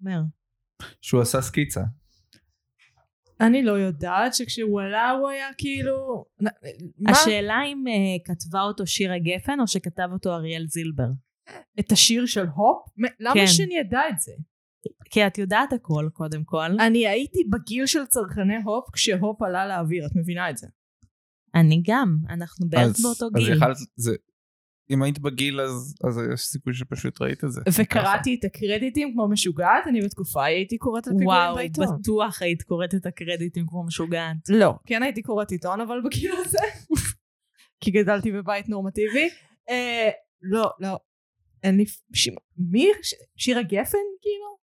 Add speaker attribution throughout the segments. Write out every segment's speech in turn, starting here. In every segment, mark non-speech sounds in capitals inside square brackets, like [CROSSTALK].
Speaker 1: מהר.
Speaker 2: שהוא עשה סקיצה.
Speaker 3: אני לא יודעת שכשהוא עלה הוא היה כאילו... מה?
Speaker 1: השאלה אם אה, כתבה אותו שירה גפן או שכתב אותו אריאל זילבר.
Speaker 3: את השיר של הופ? מ-
Speaker 1: כן.
Speaker 3: למה שאני אדע את זה?
Speaker 1: כי את יודעת הכל קודם כל.
Speaker 3: אני הייתי בגיל של צרכני הופ כשהופ עלה לאוויר, את מבינה את זה. אני
Speaker 1: גם, אנחנו בערך
Speaker 2: אז-
Speaker 1: באותו
Speaker 2: אז
Speaker 1: גיל.
Speaker 2: יכלת, זה, אם היית בגיל אז, אז יש סיכוי שפשוט ראית את זה.
Speaker 3: וקראתי את הקרדיטים כמו משוגעת, אני בתקופה ההיא הייתי קוראת על פיגועים
Speaker 1: וואו,
Speaker 3: בעיתון.
Speaker 1: בטוח היית קוראת את הקרדיטים כמו משוגעת.
Speaker 3: לא. כן הייתי קוראת עיתון, אבל בגיל הזה, [LAUGHS] כי גדלתי בבית נורמטיבי. אה, לא, לא. אין לי... ש... מי? ש... שירה גפן, כאילו?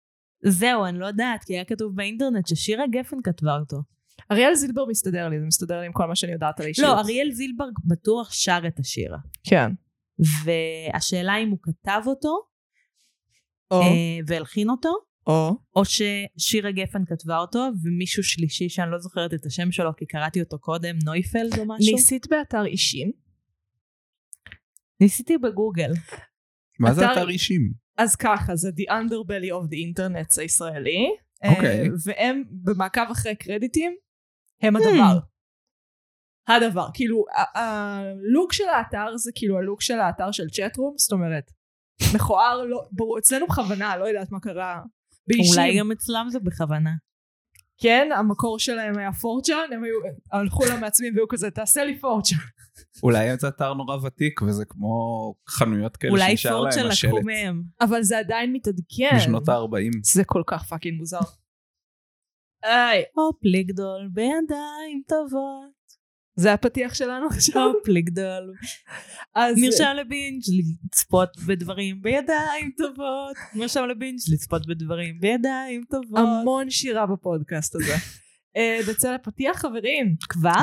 Speaker 1: זהו, אני לא יודעת, כי היה כתוב באינטרנט ששירה גפן כתבה אותו.
Speaker 3: אריאל זילבר מסתדר לי, זה מסתדר לי עם כל מה שאני יודעת על האישיות.
Speaker 1: לא, אריאל זילברג בטוח שר את השירה.
Speaker 3: כן.
Speaker 1: והשאלה אם הוא כתב אותו
Speaker 3: או,
Speaker 1: אה, והלחין אותו,
Speaker 3: או.
Speaker 1: או ששירה גפן כתבה אותו, ומישהו שלישי שאני לא זוכרת את השם שלו כי קראתי אותו קודם, נויפלד או משהו.
Speaker 3: ניסית באתר אישים?
Speaker 1: ניסיתי בגוגל.
Speaker 2: מה זה
Speaker 3: אתר-
Speaker 2: אתר אישים?
Speaker 3: אז ככה, זה The Underbelly of the Internet הישראלי.
Speaker 2: אוקיי.
Speaker 3: אה, והם במעקב אחרי קרדיטים, הם הדבר. הדבר. כאילו, ה- הלוק של האתר זה כאילו הלוק של האתר של צ'טרום, זאת אומרת, מכוער, לא, ברור, אצלנו בכוונה, לא יודעת מה קרה. באישים.
Speaker 1: אולי גם אצלם זה בכוונה.
Speaker 3: כן, המקור שלהם היה פורצ'ן, הם היו, הלכו למעצבים והיו כזה, תעשה לי פורצ'ן.
Speaker 2: אולי זה אתר נורא ותיק וזה כמו חנויות כאלה
Speaker 1: אולי
Speaker 2: שנשאר
Speaker 1: פורצ'ה
Speaker 2: להם
Speaker 1: לקחו
Speaker 2: השלט
Speaker 1: מהם.
Speaker 3: אבל זה עדיין מתעדכן.
Speaker 2: משנות ה-40.
Speaker 3: זה כל כך פאקינג מוזר. היי,
Speaker 1: הופ לגדול בידיים טובות,
Speaker 3: זה הפתיח שלנו עכשיו.
Speaker 1: הופ לגדול.
Speaker 3: [LAUGHS] אז
Speaker 1: מרשם לבינג' לצפות בדברים בידיים טובות, מרשם לבינג' לצפות בדברים בידיים טובות.
Speaker 3: המון שירה בפודקאסט הזה. אה, בצל הפתיח חברים,
Speaker 1: כבר?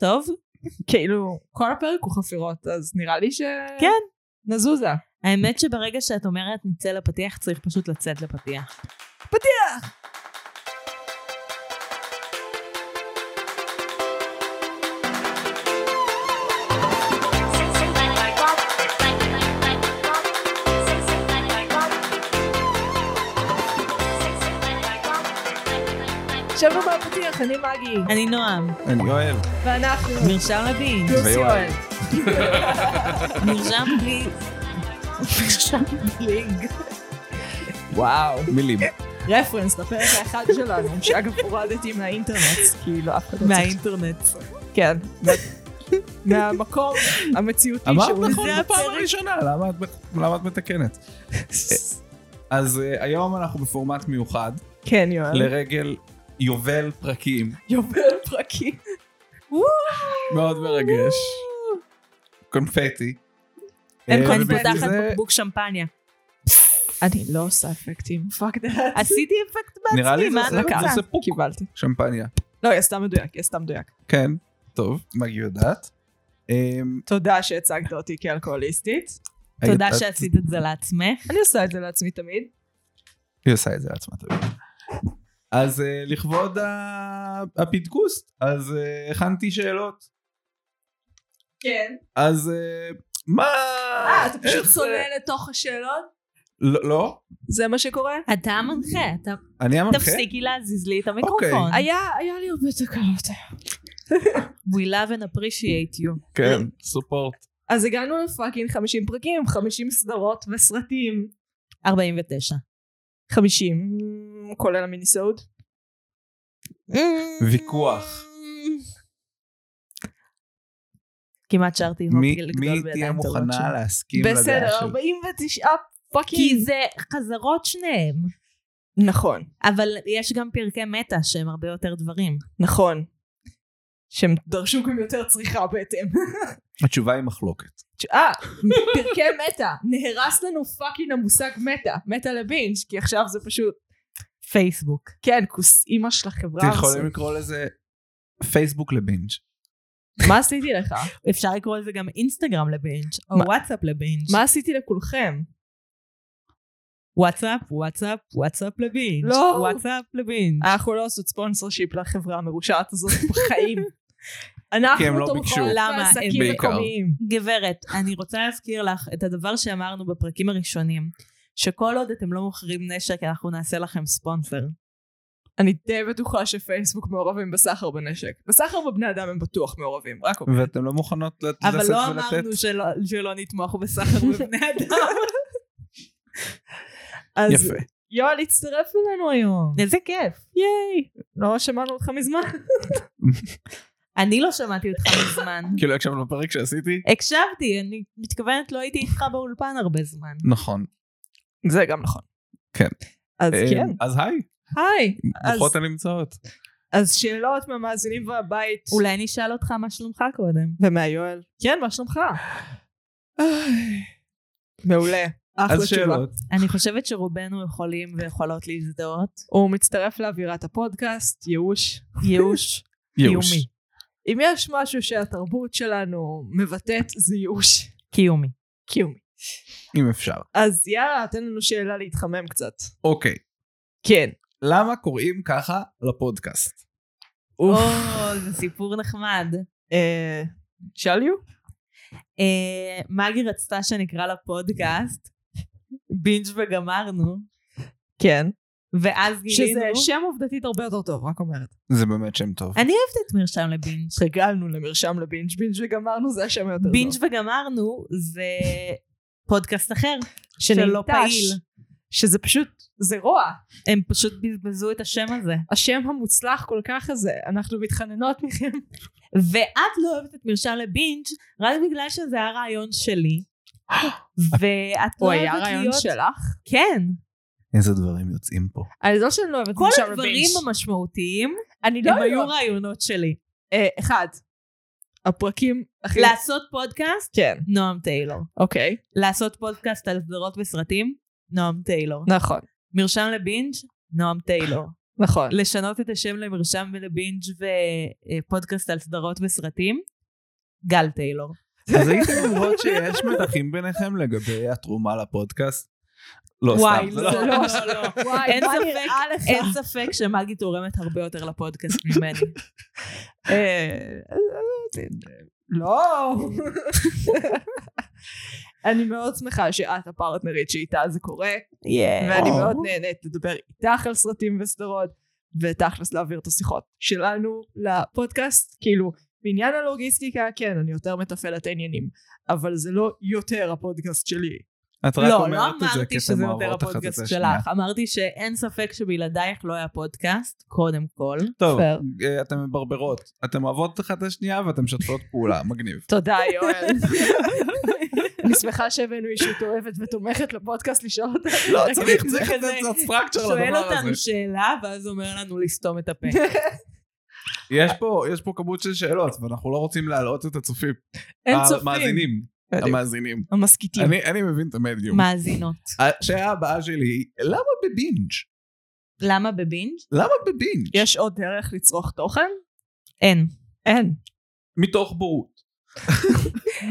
Speaker 1: טוב,
Speaker 3: [LAUGHS] כאילו כל הפרק הוא חפירות אז נראה לי ש...
Speaker 1: כן.
Speaker 3: נזוזה.
Speaker 1: האמת שברגע שאת אומרת נצא לפתיח צריך פשוט לצאת לפתיח.
Speaker 3: שבנו בפתיח אני מגי
Speaker 1: אני נועם,
Speaker 2: אני אוהב.
Speaker 3: ואנחנו
Speaker 1: מרשם לבינג',
Speaker 3: פלוס
Speaker 2: ויואל.
Speaker 3: יואל.
Speaker 1: מרשם בלי- מרשם בלינג.
Speaker 3: וואו.
Speaker 2: מילים.
Speaker 1: אה,
Speaker 3: רפרנס לפרק האחד שלנו שאגב הורדתי מהאינטרנט כי לא אף אחד לא צריך.
Speaker 1: מהאינטרנט.
Speaker 3: כן. מה- מהמקום המציאותי
Speaker 2: אמרת
Speaker 3: שהוא
Speaker 2: נכון
Speaker 1: זה
Speaker 2: בפעם
Speaker 1: הפרק.
Speaker 2: הראשונה, למה את- למה את
Speaker 1: [LAUGHS]
Speaker 2: מתקנת? אה, אז אה, היום אנחנו בפורמט מיוחד,
Speaker 3: כן
Speaker 1: אה?
Speaker 3: יואל.
Speaker 2: לרגל יובל פרקים,
Speaker 3: יובל פרקים.
Speaker 2: מאוד מרגש. קונפטי.
Speaker 3: אין
Speaker 2: אה,
Speaker 3: קונפטי.
Speaker 1: אני
Speaker 2: ובגלל
Speaker 1: פותחת
Speaker 2: זה
Speaker 1: בקבוק שמפניה.
Speaker 3: אני לא עושה אפקטים. פאק דאט.
Speaker 1: עשיתי אפקט
Speaker 2: נראה לי
Speaker 1: בעצמי,
Speaker 2: זה
Speaker 1: מה את
Speaker 2: עושה-
Speaker 1: רוצה?
Speaker 2: זה פוק.
Speaker 3: קיבלתי.
Speaker 2: שמפניה.
Speaker 3: לא, היא עשתה מדויק, היא עשתה מדויק.
Speaker 2: כן, טוב, מגי יודעת. אמ,
Speaker 3: תודה שהצגת אותי כאלכוהוליסטית.
Speaker 1: תודה
Speaker 2: היית-
Speaker 1: שעשית את זה לעצמך.
Speaker 3: אני עושה את זה לעצמי תמיד.
Speaker 2: היא עושה את זה לעצמה תמיד. אז אה, לכבוד ה- הפודקאסט, אז אה, הכנתי שאלות.
Speaker 3: כן.
Speaker 2: אז אה, מה...
Speaker 3: אה, אתה
Speaker 2: איך
Speaker 3: פשוט
Speaker 2: זה?
Speaker 3: צולל לתוך השאלות? אה.
Speaker 2: לא, לא,
Speaker 3: זה מה שקורה?
Speaker 1: אתה המנחה, אתה
Speaker 2: אני המנחה.
Speaker 1: תפסיקי להזיז לי את המיקרופון.
Speaker 2: אוקיי.
Speaker 3: היה היה לי הרבה תקלות היום.
Speaker 1: We love and appreciate you.
Speaker 2: כן, סופורט.
Speaker 3: אז הגענו לפאקינג 50 פרקים, 50 סדרות וסרטים.
Speaker 1: 49.
Speaker 3: 50, כולל המיניסוד.
Speaker 1: Mm.
Speaker 2: ויכוח.
Speaker 1: כמעט שרתי הופ
Speaker 2: מי
Speaker 1: לגדול
Speaker 2: מי תהיה
Speaker 1: בידיים טובות
Speaker 2: מוכנה
Speaker 1: שלי.
Speaker 2: להסכים כאילו לדעה שלי?
Speaker 3: בסדר, 49
Speaker 1: כי
Speaker 2: כן.
Speaker 3: פאקינג.
Speaker 1: זה חזרות שניהם.
Speaker 3: נכון,
Speaker 1: אבל יש גם פרקי מטא שהם הרבה יותר דברים.
Speaker 3: נכון. שהם דרשו גם יותר צריכה בהתאם.
Speaker 2: התשובה היא מחלוקת.
Speaker 3: אה, פרקי מטא, נהרס לנו פאקינג המושג מטא, מטא לבינג', כי עכשיו זה פשוט,
Speaker 1: פייסבוק.
Speaker 3: כן, כוס אימא של החברה.
Speaker 2: אתם
Speaker 3: הזאת.
Speaker 2: יכולים לקרוא לזה פייסבוק לבינג'.
Speaker 3: מה עשיתי לך?
Speaker 1: אפשר לקרוא לזה גם אינסטגרם לבינג' או
Speaker 3: מה-
Speaker 1: וואטסאפ לבינג'.
Speaker 3: מה עשיתי לכולכם?
Speaker 1: וואטסאפ, וואטסאפ, וואטסאפ לבינג'.
Speaker 3: לא.
Speaker 1: וואטסאפ לבינג'.
Speaker 2: אה,
Speaker 3: אנחנו לא עושות ספונסר שיפ לחברה המרושעת הזאת בחיים.
Speaker 2: [LAUGHS]
Speaker 3: אנחנו
Speaker 2: כי הם לא ביקשו.
Speaker 1: למה?
Speaker 3: למה? בעסקים
Speaker 2: בעיקר.
Speaker 3: מקומיים.
Speaker 1: גברת, אני רוצה להזכיר לך את הדבר שאמרנו בפרקים הראשונים, שכל עוד אתם לא מוכרים נשק, אנחנו נעשה לכם ספונסר.
Speaker 3: אני די בטוחה שפייסבוק מעורבים בסחר בנשק. בסחר בבני אדם הם בטוח מעורבים, רק אומר.
Speaker 2: ואתם לא מוכנות לת-
Speaker 1: אוקיי. אבל
Speaker 2: לשאת
Speaker 1: לא
Speaker 2: ולתת.
Speaker 1: אמרנו שלא, שלא נתמוך
Speaker 3: [LAUGHS]
Speaker 1: בסחר בבני אדם.
Speaker 2: [LAUGHS]
Speaker 1: אז
Speaker 2: יפה.
Speaker 3: יואל הצטרף אלינו היום.
Speaker 1: איזה כיף.
Speaker 3: ייי! לא שמענו אותך מזמן.
Speaker 1: אני לא שמעתי אותך מזמן.
Speaker 2: כאילו הקשבנו בפרק שעשיתי.
Speaker 1: הקשבתי, אני מתכוונת לא הייתי איתך באולפן הרבה זמן.
Speaker 2: נכון.
Speaker 3: זה גם נכון.
Speaker 2: כן.
Speaker 3: אז
Speaker 2: אה,
Speaker 3: כן.
Speaker 2: אז היי,
Speaker 3: היי. אז-
Speaker 2: ברוכות הנמצאות.
Speaker 3: אז שאלות מהמאזינים והבית.
Speaker 1: אולי נשאל אותך מה שלומך קודם.
Speaker 3: ומהיואל. כן, מה שלומך? מעולה.
Speaker 2: אז
Speaker 3: אחלה תשובה.
Speaker 2: שאלות.
Speaker 1: אני חושבת שרובנו יכולים ויכולות להזדהות.
Speaker 3: הוא מצטרף לאווירת הפודקאסט, ייאוש.
Speaker 1: ייאוש
Speaker 2: [LAUGHS] ייאוש.
Speaker 1: קיומי.
Speaker 3: אם יש משהו שהתרבות שלנו מבטאת, זה ייאוש.
Speaker 1: קיומי.
Speaker 3: [LAUGHS] קיומי.
Speaker 2: אם אפשר.
Speaker 3: אז יאללה, תן לנו שאלה להתחמם קצת.
Speaker 2: אוקיי.
Speaker 3: כן.
Speaker 2: למה קוראים ככה לפודקאסט?
Speaker 1: או,
Speaker 3: אוף.
Speaker 1: זה סיפור נחמד.
Speaker 3: אה, שאל יו?
Speaker 1: אה, מגי רצתה שנקרא לפודקאסט, בינג' וגמרנו,
Speaker 3: כן.
Speaker 1: ואז גילינו...
Speaker 3: שזה שם עובדתית הרבה יותר טוב, רק אומרת.
Speaker 2: זה באמת שם טוב.
Speaker 1: אני אוהבת את מרשם
Speaker 3: [LAUGHS]
Speaker 1: לבינג'.
Speaker 3: התרגלנו למרשם לבינג' בינג' וגמרנו, זה השם היותר טוב.
Speaker 1: בינג' וגמרנו זה פודקאסט אחר, שלא
Speaker 3: שננטש,
Speaker 1: פעיל.
Speaker 3: שזה פשוט, זה רוע.
Speaker 1: הם פשוט בזבזו את השם הזה.
Speaker 3: השם המוצלח כל כך הזה, אנחנו מתחננות מכם.
Speaker 1: ואת לא אוהבת את מרשם לבינג' רק בגלל שזה היה רעיון
Speaker 3: [GASPS]
Speaker 1: שלי. ואת לא
Speaker 3: הוא היה
Speaker 1: אוהבת
Speaker 3: רעיון
Speaker 1: להיות...
Speaker 3: שלך?
Speaker 1: כן.
Speaker 2: איזה דברים יוצאים פה.
Speaker 3: אני לא שאני לא אוהבת
Speaker 1: כל
Speaker 3: מרשם
Speaker 1: הדברים
Speaker 3: לבינג'.
Speaker 1: המשמעותיים
Speaker 3: אני לא
Speaker 1: הם היו
Speaker 3: אוהבת.
Speaker 1: רעיונות שלי.
Speaker 3: אה, אחד, הפרקים
Speaker 2: כן.
Speaker 3: הכי...
Speaker 1: לעשות פודקאסט,
Speaker 3: כן,
Speaker 1: נועם טיילור.
Speaker 3: אוקיי.
Speaker 1: לעשות פודקאסט על סדרות וסרטים, נועם טיילור.
Speaker 3: נכון,
Speaker 1: מרשם לבינג', נועם
Speaker 2: [LAUGHS]
Speaker 1: טיילור.
Speaker 3: נכון.
Speaker 1: לשנות את השם למרשם לבינג' ופודקאסט על סדרות וסרטים, גל טיילור.
Speaker 2: אז הייתם אומרות שיש מתחים ביניכם לגבי התרומה לפודקאסט? לא,
Speaker 1: וואי,
Speaker 2: סתם. זה
Speaker 1: לא,
Speaker 2: לא.
Speaker 1: לא,
Speaker 2: [LAUGHS]
Speaker 1: לא.
Speaker 3: וואי,
Speaker 1: אין
Speaker 3: מה
Speaker 1: ספק,
Speaker 3: נראה לך?
Speaker 1: אין ספק שמגי תורמת הרבה יותר לפודקאסט ממני.
Speaker 2: [LAUGHS]
Speaker 3: אה, [LAUGHS] לא. [LAUGHS] אני מאוד שמחה שאת הפרטנרית שאיתה זה קורה, ואני מאוד נהנית לדבר איתך על סרטים וסדרות, ותכלס להעביר את השיחות שלנו לפודקאסט, כאילו, בעניין הלוגיסטיקה, כן, אני יותר מתפעלת העניינים, אבל זה לא יותר הפודקאסט שלי.
Speaker 2: את רק
Speaker 1: לא, לא
Speaker 2: אומרת את זה כי
Speaker 1: אמרתי
Speaker 2: אתם
Speaker 1: שזה יותר
Speaker 2: אוהבות אחת את
Speaker 1: הפודקאסט
Speaker 2: השנייה.
Speaker 1: שלך, אמרתי שאין ספק שבלעדייך לא היה פודקאסט, קודם כל.
Speaker 2: טוב,
Speaker 3: פייר.
Speaker 2: אה, אתם מברברות. אתם אוהבות אחת את השנייה ואתם משתפות פעולה, מגניב.
Speaker 3: תודה,
Speaker 2: [LAUGHS]
Speaker 3: יואל. [LAUGHS] אני שמחה שהבאנו אישית אוהבת ותומכת לפודקאסט לשאול אותה.
Speaker 2: לא, צריך,
Speaker 1: [LAUGHS] זה
Speaker 2: צריך
Speaker 1: כזה-
Speaker 2: לתת קצת סטרקצ'ר
Speaker 1: שואל
Speaker 2: לדבר
Speaker 1: אותנו
Speaker 2: הזה.
Speaker 1: שאלה, ואז אומר לנו לסתום את הפה.
Speaker 2: יש פה, יש פה כמות של שאלות, ואנחנו לא רוצים להלאות את הצופים. אה,
Speaker 3: אין צופים.
Speaker 2: המאזינים. המאזינים.
Speaker 1: כן.
Speaker 3: המסכיתים.
Speaker 2: אני אני מבין את המדיום.
Speaker 1: מאזינות.
Speaker 2: השאלה הבאה שלי היא, למה בבינג'?
Speaker 1: למה בבינג'?
Speaker 2: למה בבינג'?
Speaker 3: יש עוד דרך לצרוך תוכן?
Speaker 1: אין.
Speaker 3: אין.
Speaker 2: מתוך בורות.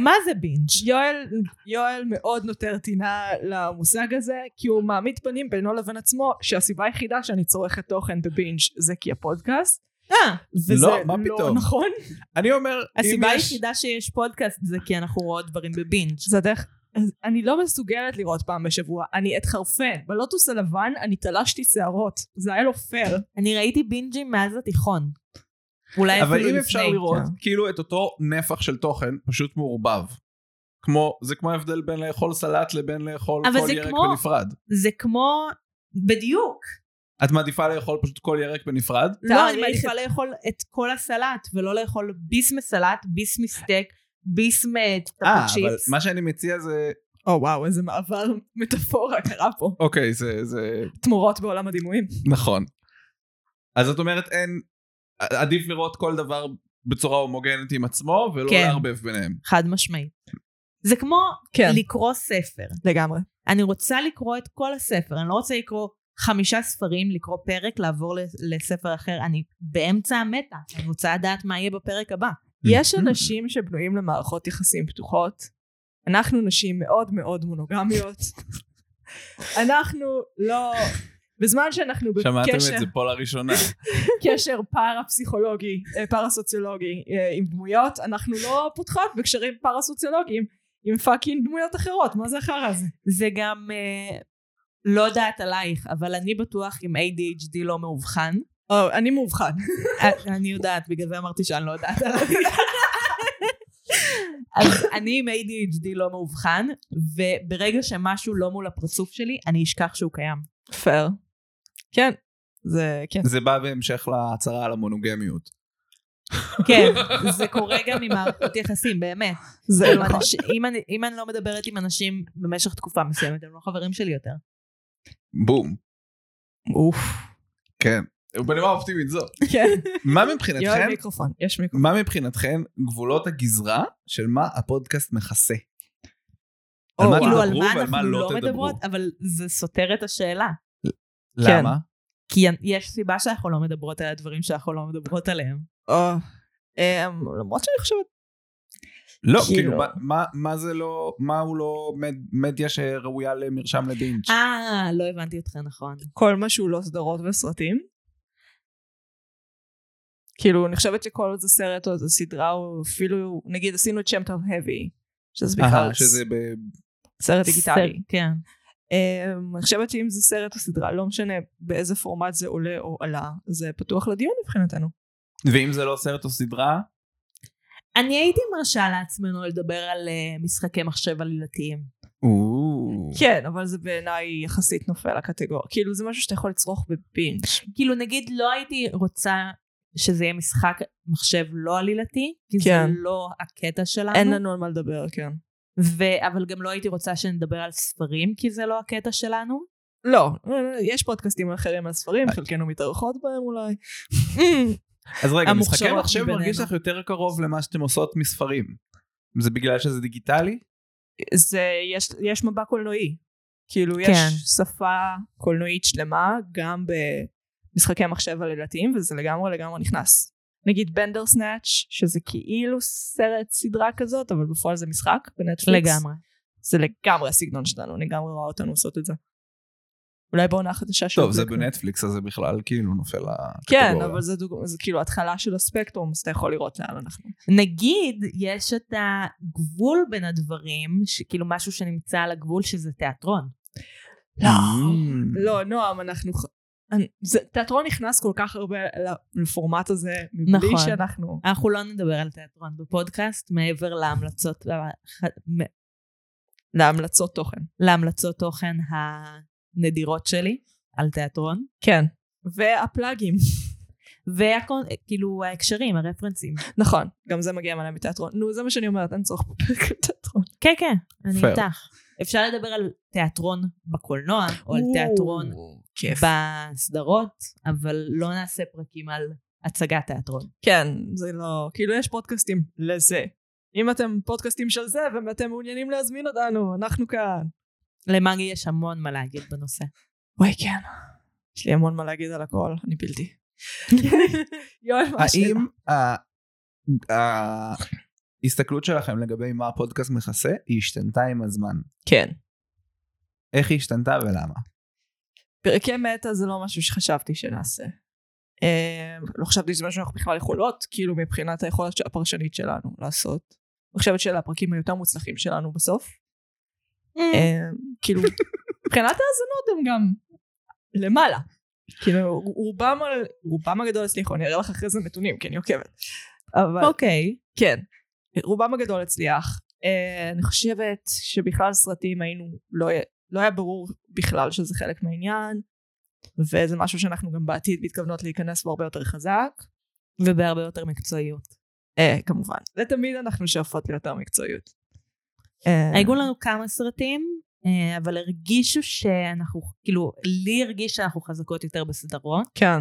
Speaker 1: מה זה בינג'?
Speaker 3: יואל, יואל מאוד נותר טינה למושג הזה, כי הוא מעמיד פנים בינו לבין עצמו, שהסיבה היחידה שאני צורכת תוכן בבינג' זה כי הפודקאסט,
Speaker 1: אה,
Speaker 3: וזה
Speaker 2: לא, מה
Speaker 3: לא
Speaker 2: פתאום?
Speaker 3: נכון.
Speaker 2: אני אומר, אם
Speaker 1: הסיבה
Speaker 2: יש-
Speaker 1: היחידה שיש פודקאסט זה כי אנחנו רואות דברים בבינג'.
Speaker 3: זה הדרך... אז אני לא מסוגלת לראות פעם בשבוע, אני אתחרפן. בלוטוס הלבן אני תלשתי שערות, זה היה לא פייר.
Speaker 1: אני ראיתי בינג'ים מאז התיכון. אולי אפילו
Speaker 2: אבל
Speaker 1: לפני.
Speaker 2: אם אפשר לראות
Speaker 1: כן.
Speaker 2: כאילו את אותו נפח של תוכן פשוט מעורבב. כמו זה כמו ההבדל בין לאכול סלט לבין לאכול
Speaker 1: אבל
Speaker 2: כל
Speaker 1: זה
Speaker 2: ירק
Speaker 1: כמו-
Speaker 2: בנפרד.
Speaker 1: זה כמו... בדיוק.
Speaker 2: את מעדיפה לאכול פשוט כל ירק בנפרד?
Speaker 1: לא, אני
Speaker 3: תאריך
Speaker 1: מעדיפה לאכול את כל הסלט, ולא לאכול ביס מסלט, ביס מסטייק, ביס
Speaker 2: אה,
Speaker 1: מטפו
Speaker 2: אבל
Speaker 1: צ'יפס.
Speaker 2: מה שאני מציע זה
Speaker 3: או וואו, איזה מעבר מטאפורה קרה פה.
Speaker 2: אוקיי זה זה
Speaker 3: תמורות בעולם הדימויים.
Speaker 2: נכון. אז את אומרת אין עדיף לראות כל דבר בצורה הומוגנית עם עצמו ולא
Speaker 1: כן.
Speaker 2: לערבב ביניהם.
Speaker 1: חד משמעית. זה כמו
Speaker 3: כן.
Speaker 1: לקרוא ספר.
Speaker 3: לגמרי.
Speaker 1: אני רוצה לקרוא את כל הספר, אני לא רוצה לקרוא חמישה ספרים, לקרוא פרק, לעבור ל- לספר אחר, אני באמצע המטה, אני רוצה לדעת מה יהיה בפרק הבא.
Speaker 3: יש
Speaker 2: Mm-hmm.
Speaker 3: אנשים שבנויים למערכות יחסים פתוחות. אנחנו נשים מאוד
Speaker 2: [LAUGHS]
Speaker 3: מאוד מונוגמיות. אנחנו לא... בזמן שאנחנו
Speaker 2: שמעתם
Speaker 3: בקשר,
Speaker 2: את זה פה לראשונה.
Speaker 3: קשר פארה-פסיכולוגי, אה, פארה-סוציולוגי אה, עם דמויות, אנחנו לא פותחות בקשרים פארה-סוציולוגיים עם פאקינג דמויות אחרות, מה זה החרא הזה?
Speaker 1: זה גם אה, לא יודעת עלייך, אבל אני בטוח עם ADHD לא מאובחן. אה,
Speaker 3: או, אני מאובחן. [LAUGHS]
Speaker 1: אני יודעת, בגלל זה אמרתי שאני לא יודעת עלייך. אז אני עם ADHD לא מאובחן, וברגע שמשהו לא מול הפרצוף שלי, אני אשכח שהוא קיים.
Speaker 3: פייר. כן. זה כן.
Speaker 2: זה בא בהמשך להצהרה על המונוגמיות.
Speaker 1: כן, זה קורה גם עם מערכות יחסים, באמת.
Speaker 3: זה
Speaker 1: כאילו,
Speaker 3: נכון.
Speaker 1: אנש- אם אני- אם אני לא מדברת עם אנשים במשך תקופה מסוימת, הם לא חברים שלי יותר.
Speaker 2: בום.
Speaker 3: אוף.
Speaker 2: כן. בנימה אופטימית זו.
Speaker 3: כן.
Speaker 2: [LAUGHS] מה
Speaker 3: יואל
Speaker 2: מבחינתכם,
Speaker 3: מיקרופון. יש מיקרופון.
Speaker 2: מה מבחינתכם גבולות הגזרה של מה הפודקאסט מכסה?
Speaker 3: או,
Speaker 2: על מה
Speaker 1: כאילו, על
Speaker 2: תדברו
Speaker 1: מה
Speaker 2: ועל מה
Speaker 1: אנחנו
Speaker 2: לא
Speaker 1: לא
Speaker 2: תדברו.
Speaker 1: מדברות, אבל זה סותר את השאלה.
Speaker 3: כן.
Speaker 2: למה?
Speaker 1: כי יש סיבה שאנחנו לא מדברות על הדברים שאנחנו לא מדברות עליהם.
Speaker 3: אה, אמ, למרות שאני חושבת...
Speaker 2: לא,
Speaker 3: כאילו-
Speaker 2: כאילו, מה- מה- מה זה לא, מה הוא לא מד- מדיה שראויה למרשם לבינג'?
Speaker 1: אה, לא הבנתי אותך נכון.
Speaker 3: כל מה שהוא לא סדרות וסרטים. כאילו, אני חושבת שכל עוד זה סרט או זה סדרה, או אפילו, נגיד, עשינו את שם טוב heavy, שזה בעיקר
Speaker 2: אהה, שזה ב...
Speaker 3: סרט דיגיטלי.
Speaker 1: כן.
Speaker 3: אמ, אני חושבת שאם זה סרט או סדרה, לא משנה באיזה פורמט זה עולה או עלה, זה פתוח לדיון מבחינתנו.
Speaker 2: ואם זה לא סרט או סדרה,
Speaker 1: אני הייתי מרשה לעצמנו לדבר על אה, משחקי מחשב עלילתיים.
Speaker 2: או,
Speaker 3: כן, אבל זה בעיניי יחסית נופל לקטגוריה. כאילו, זה משהו שאתה יכול לצרוך בבינג'.
Speaker 1: כאילו נגיד לא הייתי רוצה שזה יהיה משחק מחשב לא עלילתי, כי זה
Speaker 3: כן.
Speaker 1: לא הקטע שלנו.
Speaker 3: אין לנו על מה לדבר, כן.
Speaker 1: ו- אבל גם לא הייתי רוצה שנדבר על ספרים, כי זה לא הקטע שלנו.
Speaker 3: לא, יש פודקאסטים אחרים על
Speaker 2: אה.
Speaker 3: ספרים, חלקנו מתארחות בהם אולי. אה.
Speaker 2: אז רגע, משחקי
Speaker 3: המוכשרות
Speaker 2: מחשב
Speaker 3: מבינינו.
Speaker 2: מרגיש לך יותר קרוב למה שאתם עושות מספרים. זה בגלל שזה דיגיטלי?
Speaker 3: זה, יש, יש מבע קולנועי. כאילו, יש
Speaker 1: כן.
Speaker 3: שפה קולנועית שלמה, גם במשחקי מחשב עלילתיים, וזה לגמרי לגמרי נכנס. נגיד בנדר סנאץ', שזה כאילו סרט, סדרה כזאת, אבל בפועל זה משחק בנטפליקס.
Speaker 1: לגמרי.
Speaker 3: זה לגמרי הסגנון שלנו, אני לגמרי רואה אותנו עושות את זה. אולי בעונה החדשה של...
Speaker 2: טוב, זה
Speaker 3: בלק-
Speaker 2: בנטפליקס, אז זה בכלל כאילו נופל
Speaker 3: כן,
Speaker 2: לקטגוריה.
Speaker 3: אבל זה, דוג... זה כאילו התחלה של הספקטרום, אז אתה יכול לראות לאן אנחנו.
Speaker 1: נגיד יש את הגבול בין הדברים, ש- כאילו משהו שנמצא על הגבול שזה תיאטרון.
Speaker 2: Mm.
Speaker 3: לא, נועם, אנחנו... אני- זה, תיאטרון נכנס כל כך הרבה ל- לפורמט הזה, מבלי
Speaker 1: נכון.
Speaker 3: שאנחנו...
Speaker 1: אנחנו לא נדבר על תיאטרון בפודקאסט מעבר להמלצות, ה-
Speaker 3: להמלצות תוכן.
Speaker 1: להמלצות תוכן הנדירות שלי על תיאטרון.
Speaker 3: כן. והפלאגים.
Speaker 1: וכאילו כאילו, ההקשרים, הרפרנסים.
Speaker 3: נכון, גם זה מגיע מלא מתיאטרון. נו, זה מה שאני אומרת, אין צורך בפרק על תיאטרון.
Speaker 1: כן, כן, אני
Speaker 2: Fair.
Speaker 1: איתך. אפשר לדבר על תיאטרון בקולנוע, או על
Speaker 3: לא.
Speaker 1: תיאטרון
Speaker 3: כיף.
Speaker 1: בסדרות, אבל לא נעשה פרקים על הצגת תיאטרון.
Speaker 3: כן, זה לא... כאילו, יש פודקאסטים לזה. אם אתם פודקאסטים של זה, ואתם מעוניינים להזמין אותנו, אנחנו כאן.
Speaker 1: למאגי יש המון מה להגיד בנושא.
Speaker 3: וואי, כן. יש לי המון מה להגיד על הכל, אני בלתי. [LAUGHS] יואל, מה השאלה?
Speaker 2: האם ה- ה- ההסתכלות שלכם לגבי מה הפודקאסט מכסה, היא השתנתה עם הזמן?
Speaker 3: כן.
Speaker 2: איך היא השתנתה ולמה?
Speaker 3: פרקי מטא זה לא משהו שחשבתי שנעשה. אה, לא חשבתי שזה משהו שאנחנו בכלל יכולות, כאילו מבחינת היכולת הפרשנית שלנו לעשות. אני חושבת שאלה הפרקים היותר מוצלחים שלנו בסוף.
Speaker 1: כן.
Speaker 3: אה, כאילו, מבחינת ההאזנות הם גם למעלה. כאילו, רובם, על, רובם הגדול הצליחו, אני אראה לך אחרי זה נתונים, כי אני עוקבת. אבל
Speaker 1: אוקיי.
Speaker 3: כן, רובם הגדול הצליח. אה, אני חושבת שבכלל סרטים היינו, לא, היה- לא היה ברור בכלל שזה חלק מהעניין, וזה משהו שאנחנו גם בעתיד מתכוונות להיכנס בו הרבה יותר חזק.
Speaker 1: ובהרבה יותר מקצועיות.
Speaker 3: אה, כמובן, ותמיד אנחנו שואפות ליותר מקצועיות. אה,
Speaker 1: היגעו לנו כמה סרטים, אה, אבל הרגישו שאנחנו, כאילו, לי הרגיש שאנחנו חזקות יותר בסדרות.
Speaker 3: כן,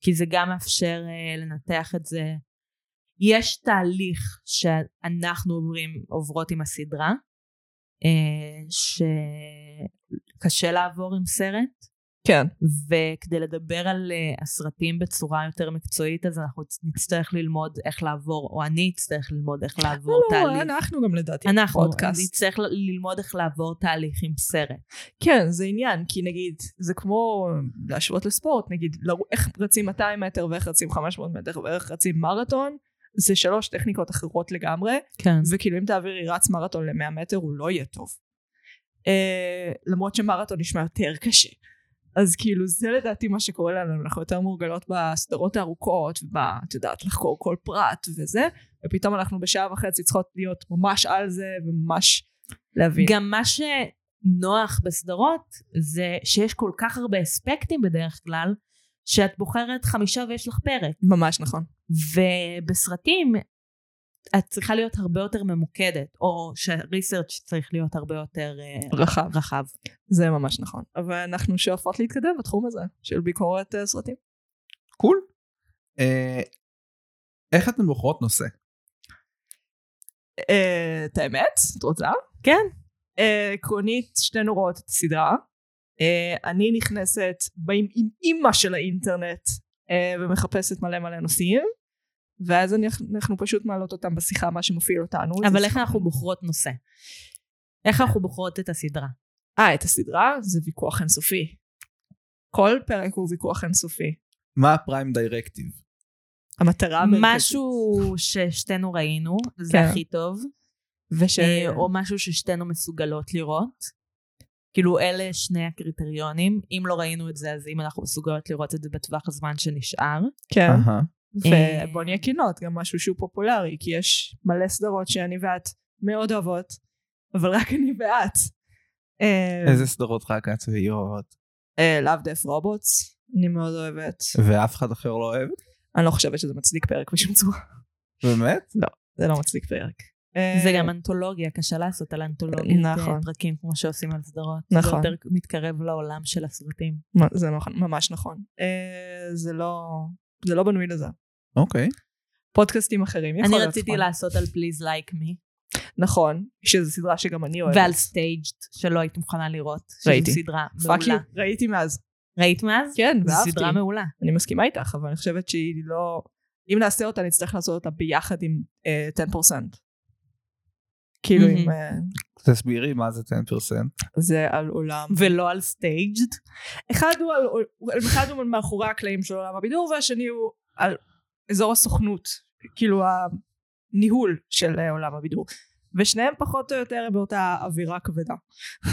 Speaker 1: כי זה גם מאפשר אה, לנתח את זה. יש תהליך שאנחנו עוברים, עוברות עם הסדרה, אה, שקשה לעבור עם סרט,
Speaker 3: כן,
Speaker 1: וכדי לדבר על אה, הסרטים בצורה יותר מקצועית, אז אנחנו צ- נצטרך ללמוד איך לעבור, או אני אצטרך ללמוד איך לעבור
Speaker 3: לא,
Speaker 1: תהליך.
Speaker 3: אנחנו גם לדעתי,
Speaker 1: אנחנו,
Speaker 3: פודקאסט.
Speaker 1: אני צריך ל- ללמוד איך לעבור תהליך עם סרט.
Speaker 3: כן, זה עניין, כי נגיד, זה כמו להשוות לספורט, נגיד, לר- איך רצים 200 מטר ואיך רצים 500 מטר ואיך רצים מרתון, זה שלוש טכניקות אחרות לגמרי,
Speaker 1: כן.
Speaker 3: וכאילו אם תעבירי רץ מרתון ל-100 מטר הוא לא יהיה טוב. אה, למרות שמרתון נשמע יותר קשה. אז כאילו זה לדעתי מה שקורה לנו, אנחנו יותר מורגלות בסדרות הארוכות, וב... את יודעת, לחקור כל פרט וזה, ופתאום אנחנו בשעה וחצי צריכות להיות ממש על זה וממש להבין.
Speaker 1: גם מה שנוח בסדרות זה שיש כל כך הרבה אספקטים בדרך כלל, שאת בוחרת חמישה ויש לך פרק.
Speaker 3: ממש נכון.
Speaker 1: ובסרטים את צריכה להיות הרבה יותר ממוקדת, או שהריסרצ' צריך להיות הרבה יותר אה,
Speaker 3: רחב.
Speaker 1: רחב.
Speaker 3: זה ממש נכון. אבל אנחנו שואפות להתקדם בתחום הזה של ביקורת אה, סרטים.
Speaker 2: קול. אה, איך אתן בוחרות נושא?
Speaker 3: אה, את האמת? את רוצה?
Speaker 1: כן.
Speaker 3: אה, עקרונית, שתינו רואות את הסדרה. אה, אני נכנסת באימא של האינטרנט אה, ומחפשת מלא מלא נושאים, ואז אני, אנחנו פשוט מעלות אותם בשיחה, מה שמפעיל אותנו. זה
Speaker 1: אבל איך
Speaker 3: שיחה-
Speaker 1: אנחנו בוחרות נושא? איך אנחנו בוחרות את הסדרה?
Speaker 3: אה, את הסדרה? זה ויכוח אינסופי. כל פרק הוא ויכוח אינסופי.
Speaker 2: מה הפריים דירקטיב?
Speaker 3: המטרה המרכזית.
Speaker 1: משהו ששתינו ראינו, זה
Speaker 3: אה, כן.
Speaker 1: הכי טוב,
Speaker 3: וש...
Speaker 1: אה, או משהו ששתינו מסוגלות לראות. כאילו אלה שני הקריטריונים, אם לא ראינו את זה אז אם אנחנו מסוגלות לראות את זה בטווח הזמן שנשאר.
Speaker 3: כן.
Speaker 2: אהה.
Speaker 1: אה,
Speaker 3: ובוא נהיה כנות, גם משהו שהוא פופולרי, כי יש מלא סדרות שאני ואת מאוד אוהבות, אבל רק אני ואת. אה,
Speaker 2: איזה סדרות רק את ואיוהבות?
Speaker 3: אה, Love Death Robots, אני מאוד אוהבת.
Speaker 2: ואף אחד אחר לא אוהב?
Speaker 3: אני לא חושבת שזה מצדיק פרק בשום צורה. [LAUGHS]
Speaker 2: באמת?
Speaker 3: זה לא מצדיק פרק. אה,
Speaker 1: זה גם אנתולוגיה, קשה לעשות על אנתולוגיה
Speaker 3: נכון.
Speaker 1: פרקים כמו שעושים על סדרות.
Speaker 3: נכון.
Speaker 1: זה יותר מתקרב לעולם של הסרטים.
Speaker 3: מ- זה נכון, ממש נכון. אה, זה לא... זה לא בנוי לזה.
Speaker 2: אוקיי.
Speaker 3: פודקאסטים אחרים יכול
Speaker 1: אני
Speaker 3: להיות נכון.
Speaker 1: רציתי
Speaker 3: פאן.
Speaker 1: לעשות על Please Like Me,
Speaker 3: נכון, שזו סדרה שגם אני אוהבת.
Speaker 1: ועל Staged, שלא היית מוכנה לראות.
Speaker 3: לא ראיתי.
Speaker 1: שזו סדרה
Speaker 3: פאק
Speaker 1: מעולה.
Speaker 3: יו, ראיתי מאז.
Speaker 1: ראית מאז?
Speaker 3: כן,
Speaker 1: זו
Speaker 3: ואהבתי.
Speaker 1: סדרה מעולה.
Speaker 3: אני מסכימה איתך, אבל אני חושבת שהיא לא... אם נעשה אותה, נצטרך לעשות אותה ביחד עם אה, 10%. כאילו,
Speaker 1: מהמם.
Speaker 3: אם, אה,
Speaker 2: תסבירי מה זה 10%.
Speaker 3: זה על עולם...
Speaker 1: ולא על Staged.
Speaker 3: אחד הוא, על, הוא- אחד הוא מאחורי הקלעים של עולם הבידור, והשני הוא על אזור הסוכנות, כאילו הניהול של אה, עולם הבידור. ושניהם פחות או יותר באותה אווירה כבדה. [LAUGHS]